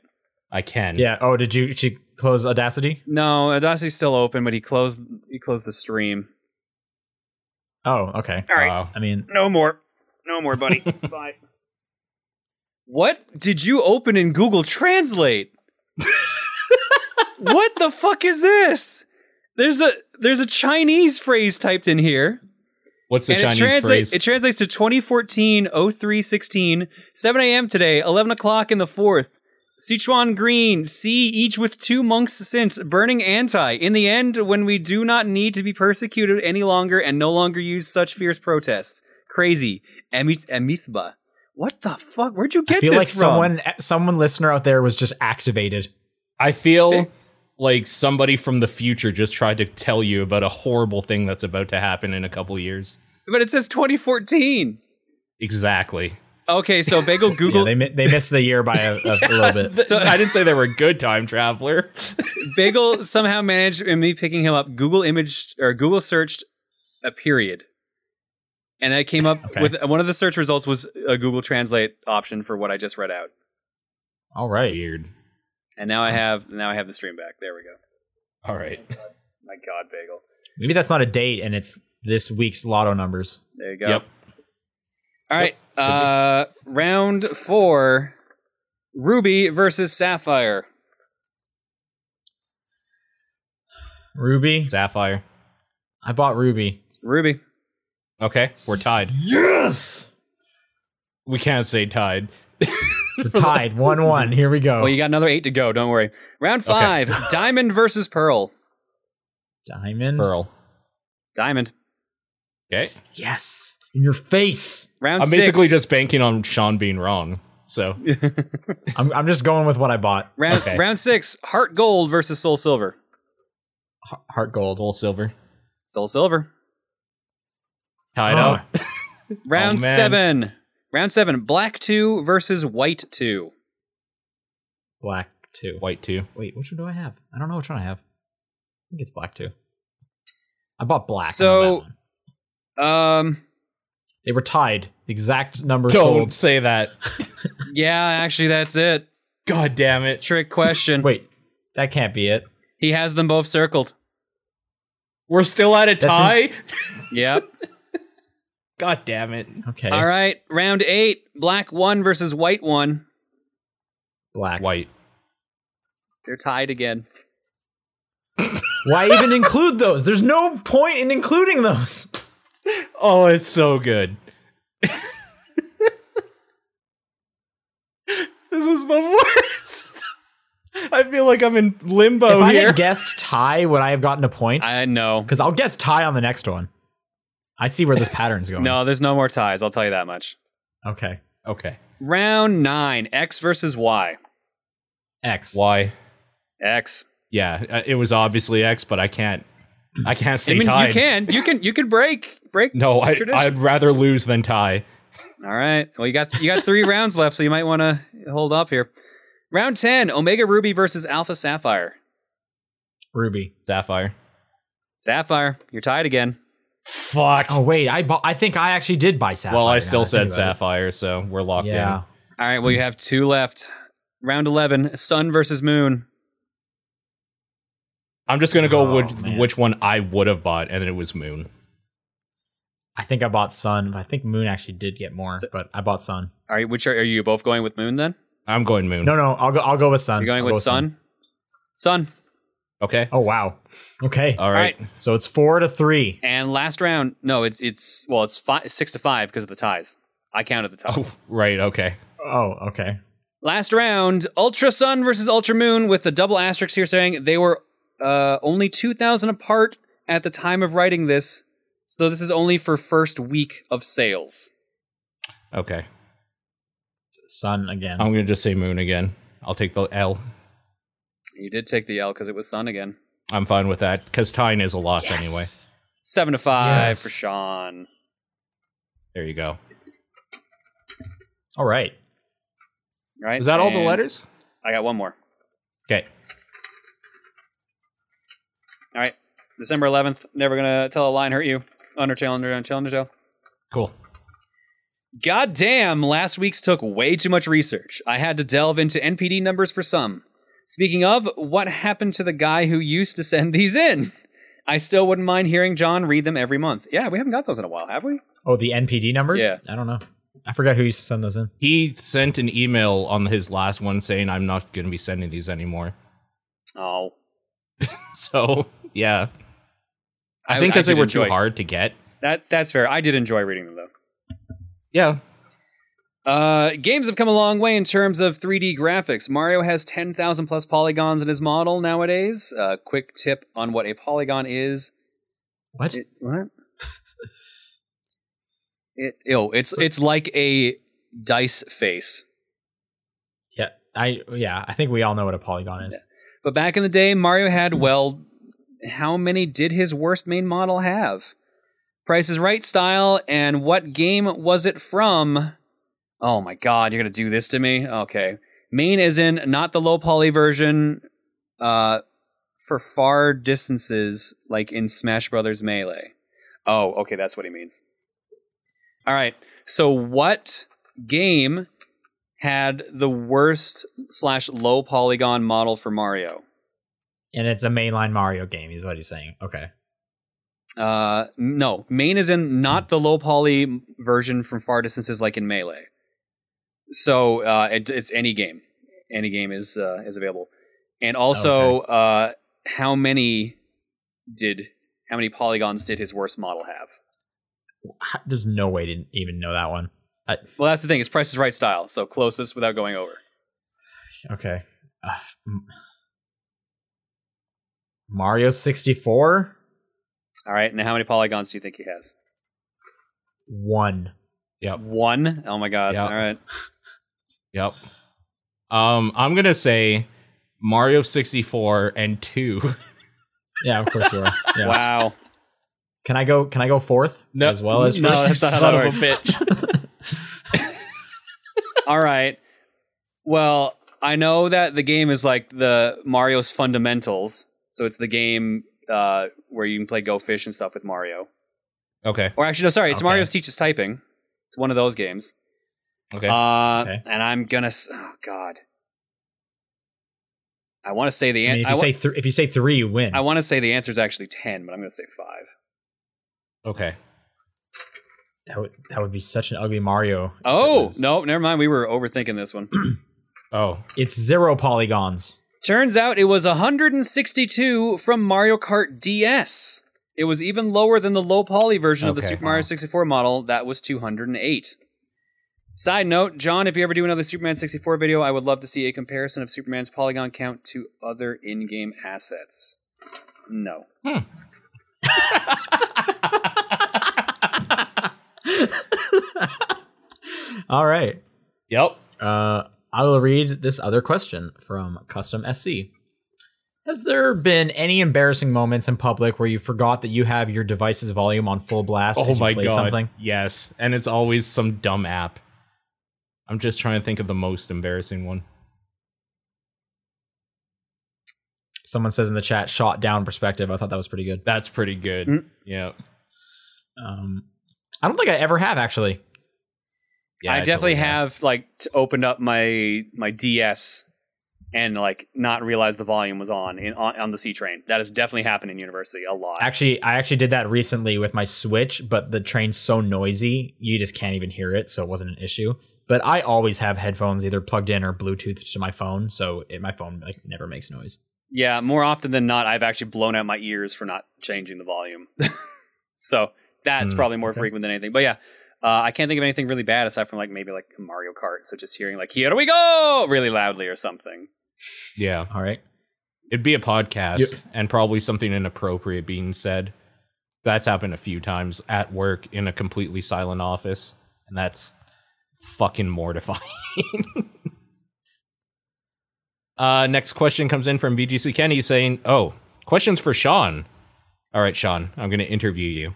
I can.
yeah. Oh, did you she close Audacity?
No, Audacity's still open, but he closed he closed the stream.
Oh, okay.
All right.
Wow.
I mean,
no more. No more, buddy. Bye. What did you open in Google Translate? what the fuck is this? There's a there's a Chinese phrase typed in here.
What's the
and
Chinese
it, translates,
phrase?
it translates to 2014 0316, 7 a.m. today, 11 o'clock in the fourth. Sichuan green, see each with two monks since, burning anti. In the end, when we do not need to be persecuted any longer and no longer use such fierce protests. Crazy. Emith- Emithba. What the fuck? Where'd you get
I feel
this
like
from?
someone someone listener out there was just activated.
I feel like somebody from the future just tried to tell you about a horrible thing that's about to happen in a couple years.
But it says 2014.
Exactly.
Okay, so Bagel
Yeah,
Google
they mi- they missed the year by a, a, a little bit.
So I didn't say they were a good time traveler.
Bagel somehow managed, and me picking him up, Google imaged or Google searched a period. And I came up
Okay.
with one of the search results was a Google Translate option for what I just read out.
All right.
Weird.
And now I have now I have the stream back. There we go.
All right.
My God, Bagel.
Maybe that's not a date, and it's this week's lotto numbers.
There you go.
Yep.
All right. Uh, round four. Ruby versus Sapphire.
Ruby.
Sapphire.
I bought Ruby.
Ruby.
Okay. We're tied.
Yes.
We can't say tied.
The tide one one. Here we
Oh.
go.
Well, you got another eight to go. Don't worry. Round five. Diamond versus Pearl.
Diamond.
Pearl.
Diamond.
Okay.
Yes. In your face.
Round
I'm
six.
basically just banking on Sean being wrong. So
I'm I'm just going with what I bought.
round,
okay.
round six. Heart Gold versus Soul Silver.
H- Heart gold.
gold, silver,
Soul Silver.
tied
Oh.
up.
Round
man.
seven. Round seven. Black two versus white two.
Black two.
White two.
Wait, which one do I have? I don't know which one I have. I think it's black two. I bought black. I know
So-
that one.
Um.
they were tied. The exact number
Don't
sold.
say that.
Yeah, actually, that's it.
God damn it.
Trick question.
Wait, that can't be it.
He has them both circled.
We're still at a
That's
tie.
Yep.
God damn it.
Okay.
All right. Round eight. Black one versus white one.
Black.
White.
They're tied again.
Why even include those? There's no point in including those.
Oh, it's so good. this is the worst. I feel like I'm in
If
limbo
I
here.
had guessed tie, would I have gotten a point?
Oh, I know.
Because I'll guess tie on the next one. I see where this pattern's going.
No, there's no more ties. I'll tell you that much.
Okay.
okay.
Round nine. X versus Y.
X.
Why?
X.
Yeah, uh, it was obviously X, but I can't. I can't stay
I mean,
tied.
you can. You can. You can break. Break.
No, I,
Tradition.
I'd rather lose than tie.
All right. Well, you got you got three rounds left, so you might want to hold up here. Round ten: Omega Ruby versus Alpha Sapphire.
Ruby.
Sapphire.
Sapphire, you're tied again.
Fuck.
Oh wait, I bought. I think I actually did buy Sapphire.
well, I
now
still
that think
said
about it.
Sapphire, so we're locked
Yeah.
in.
All right. Well, you have two left. Round eleven: Sun versus Moon.
I'm just gonna go
Oh,
with
man.
which one I would have bought, and it was Moon.
I think I bought Sun. but I think Moon actually did get more,
So-
but I bought Sun.
All right. Which are, are you both going with Moon then?
I'm going Moon.
No, no, I'll go. I'll go with Sun.
You're going
I'll go
with Sun. Sun.
Okay.
Oh wow. Okay.
Uh,
All right.
So it's four to three.
And last round. No, it's it's well, it's five, six to five because of the ties. I counted the ties.
Oh, right. Okay.
Oh, okay.
Last round, Ultra Sun versus Ultra Moon with the double asterisk here saying they were uh, only 2,000 apart at the time of writing this. So this is only for first week of sales.
Okay.
Sun again.
I'm gonna just say Moon again. I'll take the L.
You did take the L because it was Sun again.
I'm fine with that because tying is a loss anyway.
Seven to five
Yes.
for Sean.
There you go.
All right.
Right?
Is that all the
And
letters?
I got one more.
Okay.
All right. December 11th. Never gonna tell a line hurt you. Undertale, Undertale, Undertale.
Cool.
God damn, last week's took way too much research. I had to delve into NPD numbers for some. Speaking of, what happened to the guy who used to send these in? I still wouldn't mind hearing John read them every month. Yeah, we haven't got those in a while, have we?
Oh, the NPD numbers.
Yeah.
I don't know. I forgot who used to send those in.
He sent an email on his last one saying, "I'm not gonna be sending these anymore."
Oh.
So yeah, I,
I-
think
I
because they
did
were too
enjoy-
hard to get.
That that's fair. I did enjoy reading them though.
Yeah.
Uh, games have come a long way in terms of 3D graphics. Mario has 10,000 plus polygons in his model nowadays. Uh, quick tip on what a polygon is.
What?
It, what? it, ew, it's it's like a dice face.
Yeah. I yeah. I think we all know what a polygon is.
But back in the day, Mario had well, how many did his worst main model have? Price is Right style, and what game was it from? Oh my God, you're gonna do this to me? Okay, main is in not the low poly version, uh, for far distances like in Smash Brothers Melee. Oh, okay, that's what he means. All right, so what game had the worst slash low polygon model for Mario?
And it's a mainline Mario game. Is what he's saying. Okay.
Uh, no, main is in not the low poly version from far distances like in melee. So uh, it, it's any game, any game is uh, is available, and also uh, how many did how many polygons did his worst model have?
Ha- There's no way to even know that one.
Well, that's the thing. It's Price is Right style, so closest without going over.
Okay. Uh, m- Mario 64?
All right, now how many polygons do you think he has?
One.
Yep.
One. Oh my god!
Yeah.
All right.
Yep. Um, I'm gonna say Mario 64 and two.
Yeah, of course you are. Yeah.
Wow.
Can I go can I go fourth?
No-
As well as
no,
first?
that's not how
Son
that
of a bitch.
All right. Well, I know that the game is like the Mario's fundamentals. So it's the game uh, where you can play Go Fish and stuff with Mario.
Okay.
Or actually, no, sorry, it's
Okay.
Mario's Teaches Typing. It's one of those games.
Okay.
Uh,
Okay.
And I'm gonna. s- Oh God. I want to say the.
I
An- I,
mean, if you say th- if you say three, you win.
want to say the answer is actually ten, but I'm gonna say five.
okay.
that would that would be such an ugly Mario. if it
Oh
was-
no, never mind. We were overthinking this one.
Oh.
It's zero polygons.
Turns out it was 162 from Mario Kart DS. It was even lower than the low poly version of the
Okay,
Super
wow.
Mario 64 model. That was 208. Side note, John, if you ever do another Superman 64 video, I would love to see a comparison of Superman's polygon count to other in game assets. No.
All right.
Yep.
Uh, I will read this other question from Custom SC. Has there been any embarrassing moments in public where you forgot that you have your device's volume on full blast?
Oh
because you
my
play
god.
Something?
Yes. And it's always some dumb app. I'm just trying to think of the most embarrassing one.
Someone says in the chat, "Shot down perspective." I thought that was pretty good.
That's pretty good.
Mm.
Yeah.
Um, I don't think I ever have actually.
yeah
I,
totally
definitely have like t- opened up my my DS and like not realized the volume was on in on, on the C train. That has definitely happened in university a lot.
Actually, I actually did that recently with my Switch, but the train's so noisy you just can't even hear it, so it wasn't an issue. But I always have headphones either plugged in or Bluetooth to my phone, so it, my phone like never makes noise.
yeah, more often than not, I've actually blown out my ears for not changing the volume. so that's
Hmm,
probably more
okay.
frequent than anything. But yeah, uh, I can't think of anything really bad aside from like maybe like Mario Kart. So just hearing like "Here we go" really loudly or something.
Yeah.
All right.
It'd be a podcast
Yeah.
and probably something inappropriate being said. That's happened a few times at work in a completely silent office, and that's fucking mortifying. uh, next question comes in from VGC Kenny saying, "Oh, questions for Sean. All right, Sean, I'm going to interview you.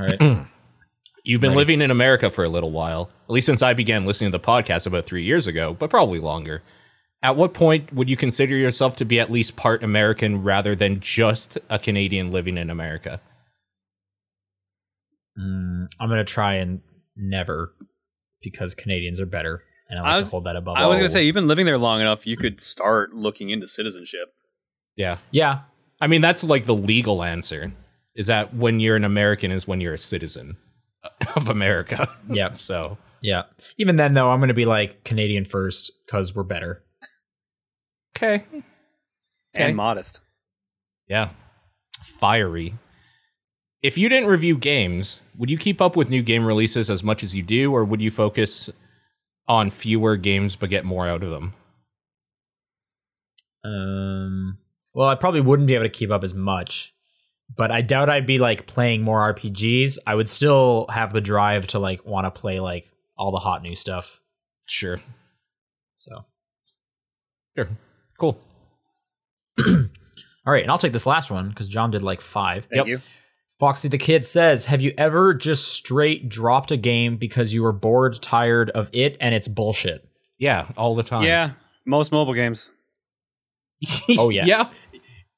right.
You've been
Ready.
living in America for a little while, at least since I began listening to the podcast about three years ago, but probably longer. At what point would you consider yourself to be at least part American rather than just a Canadian living in America?
Mm, I'm gonna try and never because Canadians are better, and I like
I was-
to hold that above.
I was
all.
gonna say you've been living there long enough, you could start looking into citizenship.
Yeah.
yeah,
I mean, that's like the legal answer is that when you're an American is when you're a citizen of America.
yeah,
so,
yeah. Even then, though, I'm gonna be like Canadian first because we're better.
okay. Okay.
And modest.
Yeah. Fiery. If you didn't review games, would you keep up with new game releases as much as you do, or would you focus on fewer games but get more out of them?
Um, well, I probably wouldn't be able to keep up as much, but I doubt I'd be like playing more RPGs. I would still have the drive to like want to play like all the hot new stuff.
Sure.
So,
Sure. Cool.
all right, and I'll take this last one because John did like five.
Thank
Yep.
you.
Foxy the Kid says, Have you ever just straight dropped a game because you were bored, tired of it, and it's bullshit?
Yeah, all the time.
Yeah, most mobile games.
Oh, yeah.
yeah.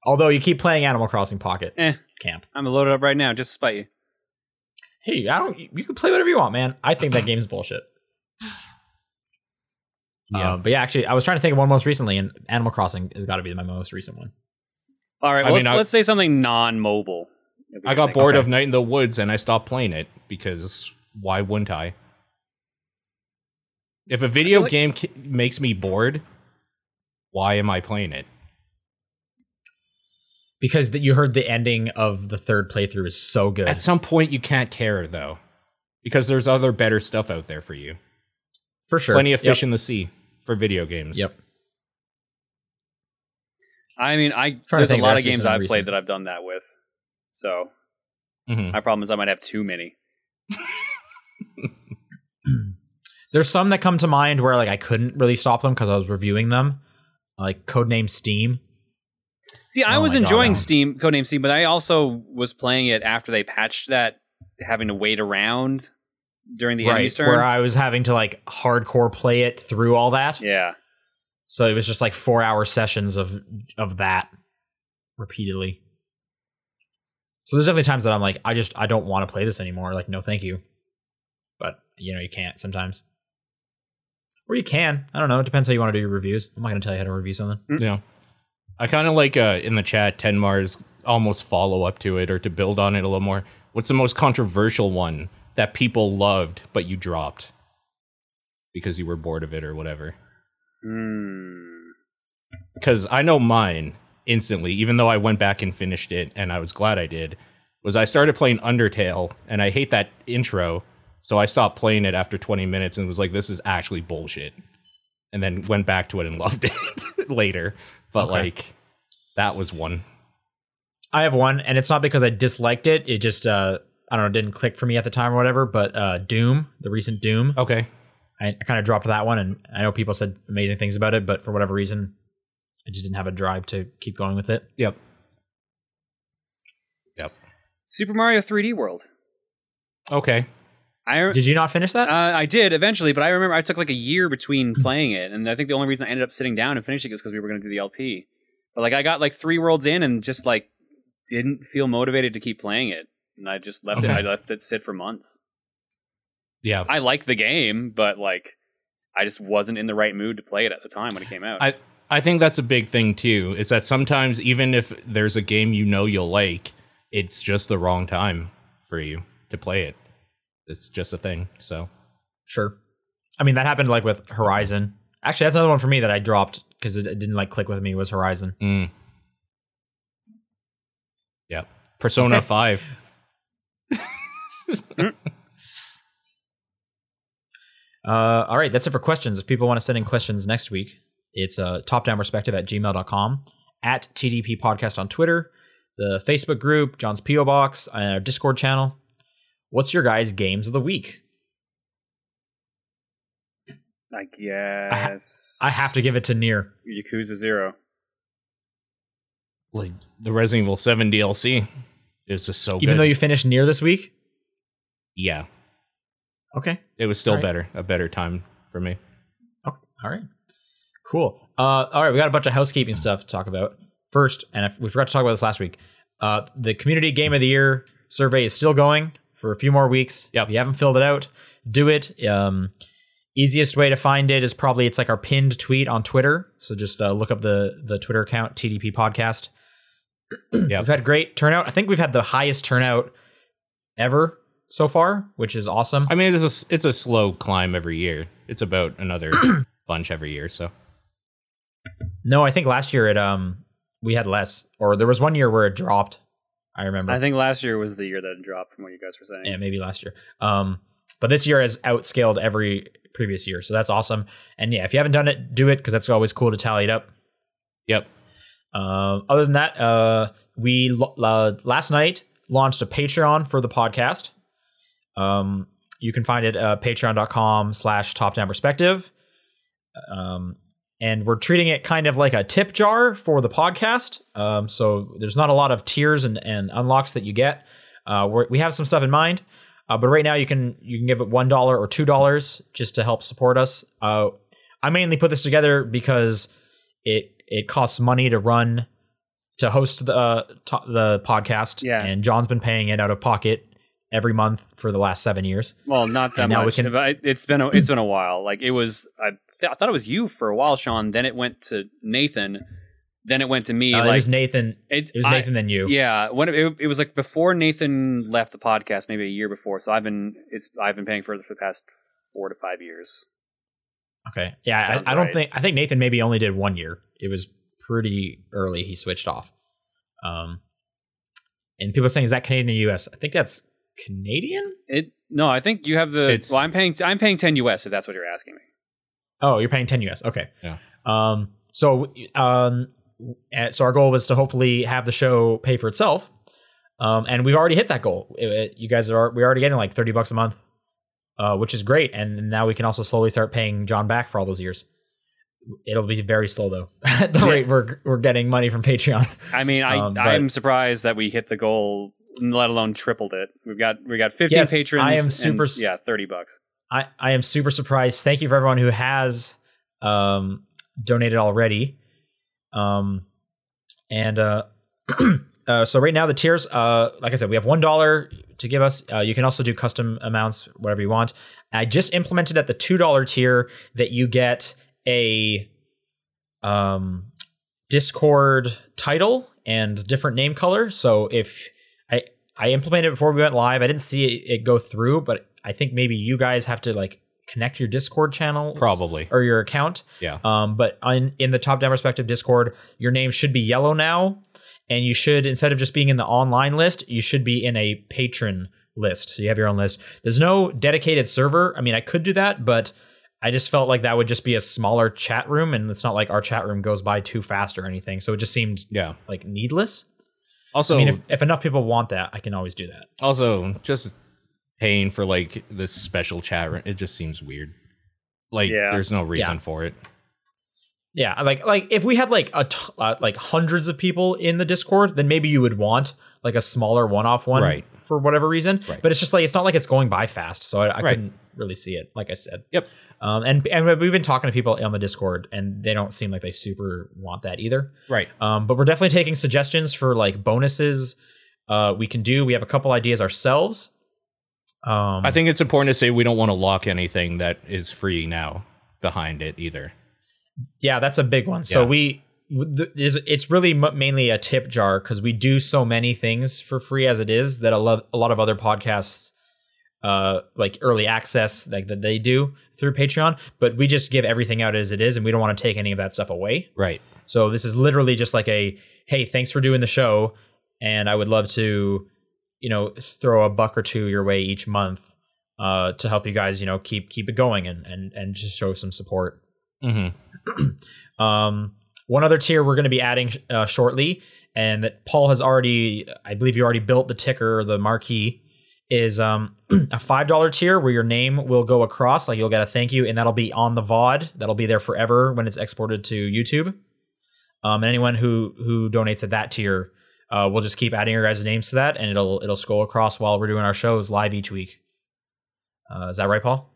Although you keep playing Animal Crossing Pocket
Eh.
Camp.
I'm gonna load it up right now just to spite you.
Hey, I don't you can play whatever you want, man. I think that game's bullshit.
Yeah.
Uh, but yeah, actually, I was trying to think of one most recently, and Animal Crossing has got to be my most recent one.
All right,
I
well,
mean,
let's,
I-
let's say something non-mobile.
I got bored
Okay.
of Night in the Woods and I stopped playing it because why wouldn't I? If a video
like-
game ca- makes me bored, why am I playing it?
Because that you heard the ending of the third playthrough is so good.
At some point, you can't care though, because there's other better stuff out there for you.
for sure.
Plenty of fish
Yep.
in the sea for video games.
Yep.
I mean, I
to
there's a
think
lot
there's
of games
something
I've
recent.
played that I've done that with. So
Mhm.
my problem is I might have too many.
There's some that come to mind where like I couldn't really stop them because I was reviewing them, like Codename Steam.
See, I
Oh
was
my God,
enjoying
Alan.
Steam, Codename Steam, but I also was playing it after they patched that, having to wait around during the enemy's turn.
Where I was having to like hardcore play it through all that.
yeah,
So it was just like four hour sessions of of that repeatedly. So there's definitely times that I'm like, I just I don't want to play this anymore. Like, no, thank you. But you know, you can't sometimes. Or you can. I don't know. It depends how you want to do your reviews. I'm not gonna tell you how to review something.
Yeah. I kind of like uh, in the chat, Tenmar's almost follow up to it or to build on it a little more. What's the most controversial one that people loved but you dropped because you were bored of it or whatever?
Hmm.
because I know mine instantly, even though I went back and finished it, and I was glad I did. Was I started playing Undertale, and I hate that intro, so I stopped playing it after 20 minutes and was like, "This is actually bullshit," and then went back to it and loved it later. But
Okay.
like, that was one.
I have one, and it's not because I disliked it. It just uh I don't know, didn't click for me at the time or whatever, but uh Doom, the recent Doom.
Okay,
I, I kind of dropped that one, and I know people said amazing things about it, but for whatever reason, I just didn't have a drive to keep going with it.
Yep.
Super Mario 3D World.
Okay.
I
Did you not finish that?
Uh, I did eventually, but I remember I took like a year between playing it, and I think the only reason I ended up sitting down and finishing it is because we were going to do the LP. But like I got like three worlds in and just like didn't feel motivated to keep playing it, and I just left it. I
Okay.
left it sit for months.
Yeah.
I like the game, but like I just wasn't in the right mood to play it at the time when it came out.
I I think that's a big thing too. Is that sometimes even if there's a game you know you'll like, it's just the wrong time for you to play it. It's just a thing. So
Sure. I mean, that happened like with Horizon. Actually, that's another one for me that I dropped because it, it didn't like click with me was Horizon.
mm. yeah, Persona Five.
Uh, all right, that's it for questions. If people want to send in questions next week, it's uh, topdownperspective at gmail.com, at TDP podcast on Twitter, the Facebook group, John's P.O. Box, and our Discord channel. What's your guys' games of the week?
I guess
I have to give it to Near.
Yakuza Zero.
Like the Resident Evil Seven DLC is just so
Even
Oh, good.
though you finished Near this week?
yeah,
Okay.
it was still
Alright.
better. A better time for me.
Okay. All right. Cool. Uh, all right. We got a bunch of housekeeping stuff to talk about. First, and if we forgot to talk about this last week, uh, the Community Game of the Year survey is still going for a few more weeks.
Yep.
If you haven't filled it out, do it. Um, easiest way to find it is probably it's like our pinned tweet on Twitter. So just uh, look up the the Twitter account TDP Podcast.
Yeah.
We've had great turnout. I think we've had the highest turnout ever so far, which is awesome.
I mean, it's a it's a slow climb every year. It's about another bunch every year. So
No, I think last year it um we had less, or there was one year where it dropped. I remember.
I think last year was the year that it dropped from what you guys were saying.
yeah, maybe last year. Um, but this year has outscaled every previous year, so that's awesome. And yeah, if you haven't done it, do it because that's always cool to tally it up.
yep,
Um, other than that, uh, we lo- uh, last night launched a Patreon for the podcast. Um, you can find it uh, patreon.com slash top down perspective. Um, and we're treating it kind of like a tip jar for the podcast. Um, so there's not a lot of tiers and, and unlocks that you get. Uh, we're, we have some stuff in mind, uh, but right now you can you can give it one dollar or two dollars just to help support us. Uh, I mainly put this together because it it costs money to run to host the uh, to- the podcast.
Yeah.
and John's been paying it out of pocket every month for the last seven years.
Well, not that
And now we
much.
can-
If I, it's been a, it's been a while. Like it was, I, th- I thought it was you for a while, Sean. Then it went to Nathan. Then it went to me.
Uh, it
like
was Nathan.
it,
It was
I-
Nathan, then you.
yeah, when it, it was like before Nathan left the podcast, maybe a year before. So I've been it's I've been paying for it for the past four to five years.
Okay. Yeah,
Sounds
I, I don't
right.
think I think Nathan maybe only did one year. It was pretty early he switched off. Um, and people are saying is that Canadian or U.S.? I think that's Canadian.
It no, I think you have the.
It's-
well, I'm paying I'm paying ten US if that's what you're asking me.
Oh, you're paying 10 US. Okay.
Yeah.
Um, so, um, and so our goal was to hopefully have the show pay for itself. Um, and we've already hit that goal. It- it- you guys are, we're already getting like 30 bucks a month, uh, which is great. And now we can also slowly start paying John back for all those years. It'll be very slow though. At the rate we're, we're getting money from Patreon.
I mean, I
Um, but-
I'm surprised that we hit the goal, let alone tripled it. We've got we got 15
Yes,
patrons.
I am
and,
super s-
yeah, 30 bucks.
I, I am super surprised. Thank you for everyone who has um, donated already. Um, and uh, uh, so right now the tiers, uh, like I said, we have one dollar to give us. Uh, you can also do custom amounts, whatever you want. I just implemented at the two dollar tier that you get a um, Discord title and different name color. So if I I implemented it before we went live, I didn't see it, it go through, but I think maybe you guys have to like connect your Discord channel
probably.
or your account.
Yeah.
Um, but in, in the top down perspective Discord, your name should be yellow now, and you should instead of just being in the online list, you should be in a patron list. So you have your own list. There's no dedicated server. I mean, I could do that, but I just felt like that would just be a smaller chat room, and it's not like our chat room goes by too fast or anything. So it just seemed
Yeah.
like needless.
Also,
I mean, if, if enough people want that, I can always do that.
also just paying for like this special chat room it just seems weird like
Yeah.
there's no reason
Yeah.
for it
Yeah, like like if we had like a t- uh, like hundreds of people in the Discord, then maybe you would want like a smaller one-off one
Right.
for whatever reason.
Right.
But it's just like it's not like it's going by fast, so I, I
Right.
couldn't really see it. Like I said,
Yep.
Um, and and we've been talking to people on the Discord, and they don't seem like they super want that either.
Right.
Um, but we're definitely taking suggestions for like bonuses uh, we can do. We have a couple ideas ourselves. Um,
I think it's important to say we don't want to lock anything that is free now behind it either.
Yeah, that's a big one. So
Yeah.
we w- th- is- it's really m- mainly a tip jar because we do so many things for free as it is that a lot a lot of other podcasts uh like early access like that they do through Patreon, but we just give everything out as it is and we don't want to take any of that stuff away.
Right.
So this is literally just like a hey, thanks for doing the show and I would love to you know throw a buck or two your way each month uh to help you guys, you know, keep keep it going and and and just show some support.
hmm
Um, one other tier we're going to be adding uh, shortly, and that Paul has already, I believe you already built the ticker, or the marquee, is um, a $5 tier where your name will go across. Like you'll get a thank you, and that'll be on the VOD. That'll be there forever when it's exported to YouTube. Um, and anyone who who donates at that tier, uh, we'll just keep adding your guys' names to that, and it'll it'll scroll across while we're doing our shows live each week. Uh, is that right, Paul?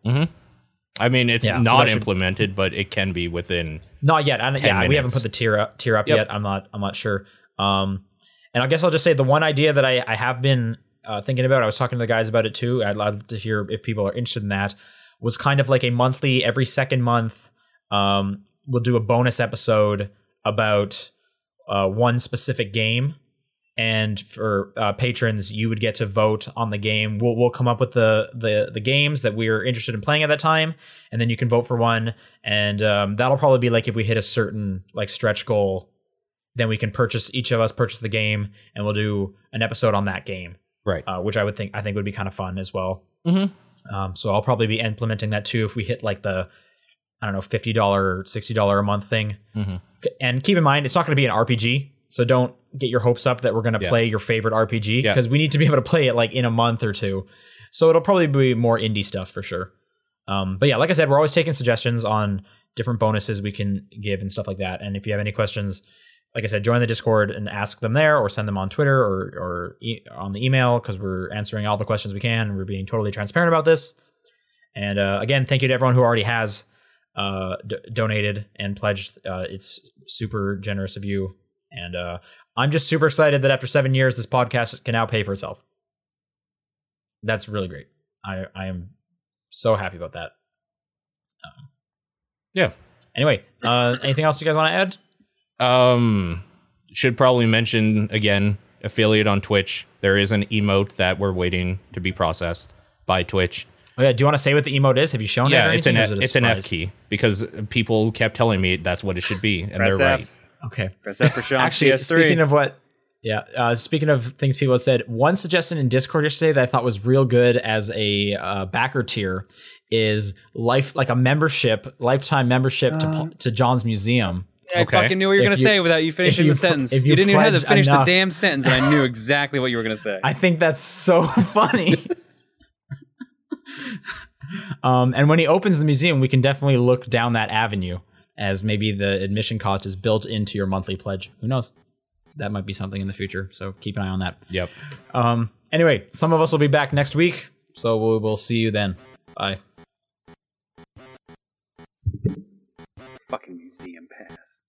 I mean, it's
Yeah, so
not
that should-
implemented, but it can be within.
Not yet. I, yeah,
10
we haven't
minutes.
put the tier up, tier up
Yep.
yet. I'm not. I'm not sure. Um, and I guess I'll just say the one idea that I, I have been uh, thinking about. I was talking to the guys about it too. I'd love to hear if people are interested in that. Was kind of like a monthly, every second month, um, we'll do a bonus episode about uh, one specific game. And for uh, patrons, you would get to vote on the game. We'll, we'll come up with the, the the games that we're interested in playing at that time, and then you can vote for one. And um, that'll probably be like if we hit a certain like stretch goal, then we can purchase each of us purchase the game, and we'll do an episode on that game,
Right.
uh, which I would think I think would be kind of fun as well.
Mhm.
Um, so I'll probably be implementing that too if we hit like the I don't know fifty dollar sixty dollar a month thing.
Mhm.
K- And keep in mind, it's not going to be an RPG, so don't get your hopes up that we're going to
Yeah.
play your favorite RPG
Yeah.
because we need to be able to play it like in a month or two. So it'll probably be more indie stuff for sure. Um, but yeah, like I said, we're always taking suggestions on different bonuses we can give and stuff like that. And if you have any questions, like I said, join the Discord and ask them there, or send them on Twitter or or e- on the email because we're answering all the questions we can. We're being totally transparent about this. And uh, again, thank you to everyone who already has uh, d- donated and pledged. Uh, it's super generous of you. And uh, I'm just super excited that after seven years, this podcast can now pay for itself. That's really great. I, I am so happy about that. Um,
Yeah.
Anyway, uh, anything else you guys want to add?
Um, should probably mention again affiliate on Twitch. There is an emote that we're waiting to be processed by Twitch.
Oh, yeah. Do you want to say what the emote is? Have you shown it?
yeah,
or
it's an F-
anything, or is it a
it's an F
surprise?
key because people kept telling me that's what it should be, and
Press
they're
F.
right.
Okay.
Press F for Sean's
Actually,
PS3.
speaking of what, yeah, uh, speaking of things people have said, one suggestion in Discord yesterday that I thought was real good as a uh, backer tier is life like a membership, lifetime membership to to to John's museum.
I
okay.
fucking knew what you were
If
going to
you-
say without you finishing
you
the
pl-
sentence.
if
you,
you
didn't even have to
pledged
finish
enough-
the damn sentence, and I knew exactly what you were going to say.
I think that's so funny. um, and when he opens the museum, we can definitely look down that avenue as maybe the admission cost is built into your monthly pledge. Who knows? That might be something in the future. So keep an eye on that.
Yep.
Um, anyway, some of us will be back next week, so we will see you then. Bye.
fucking museum pass.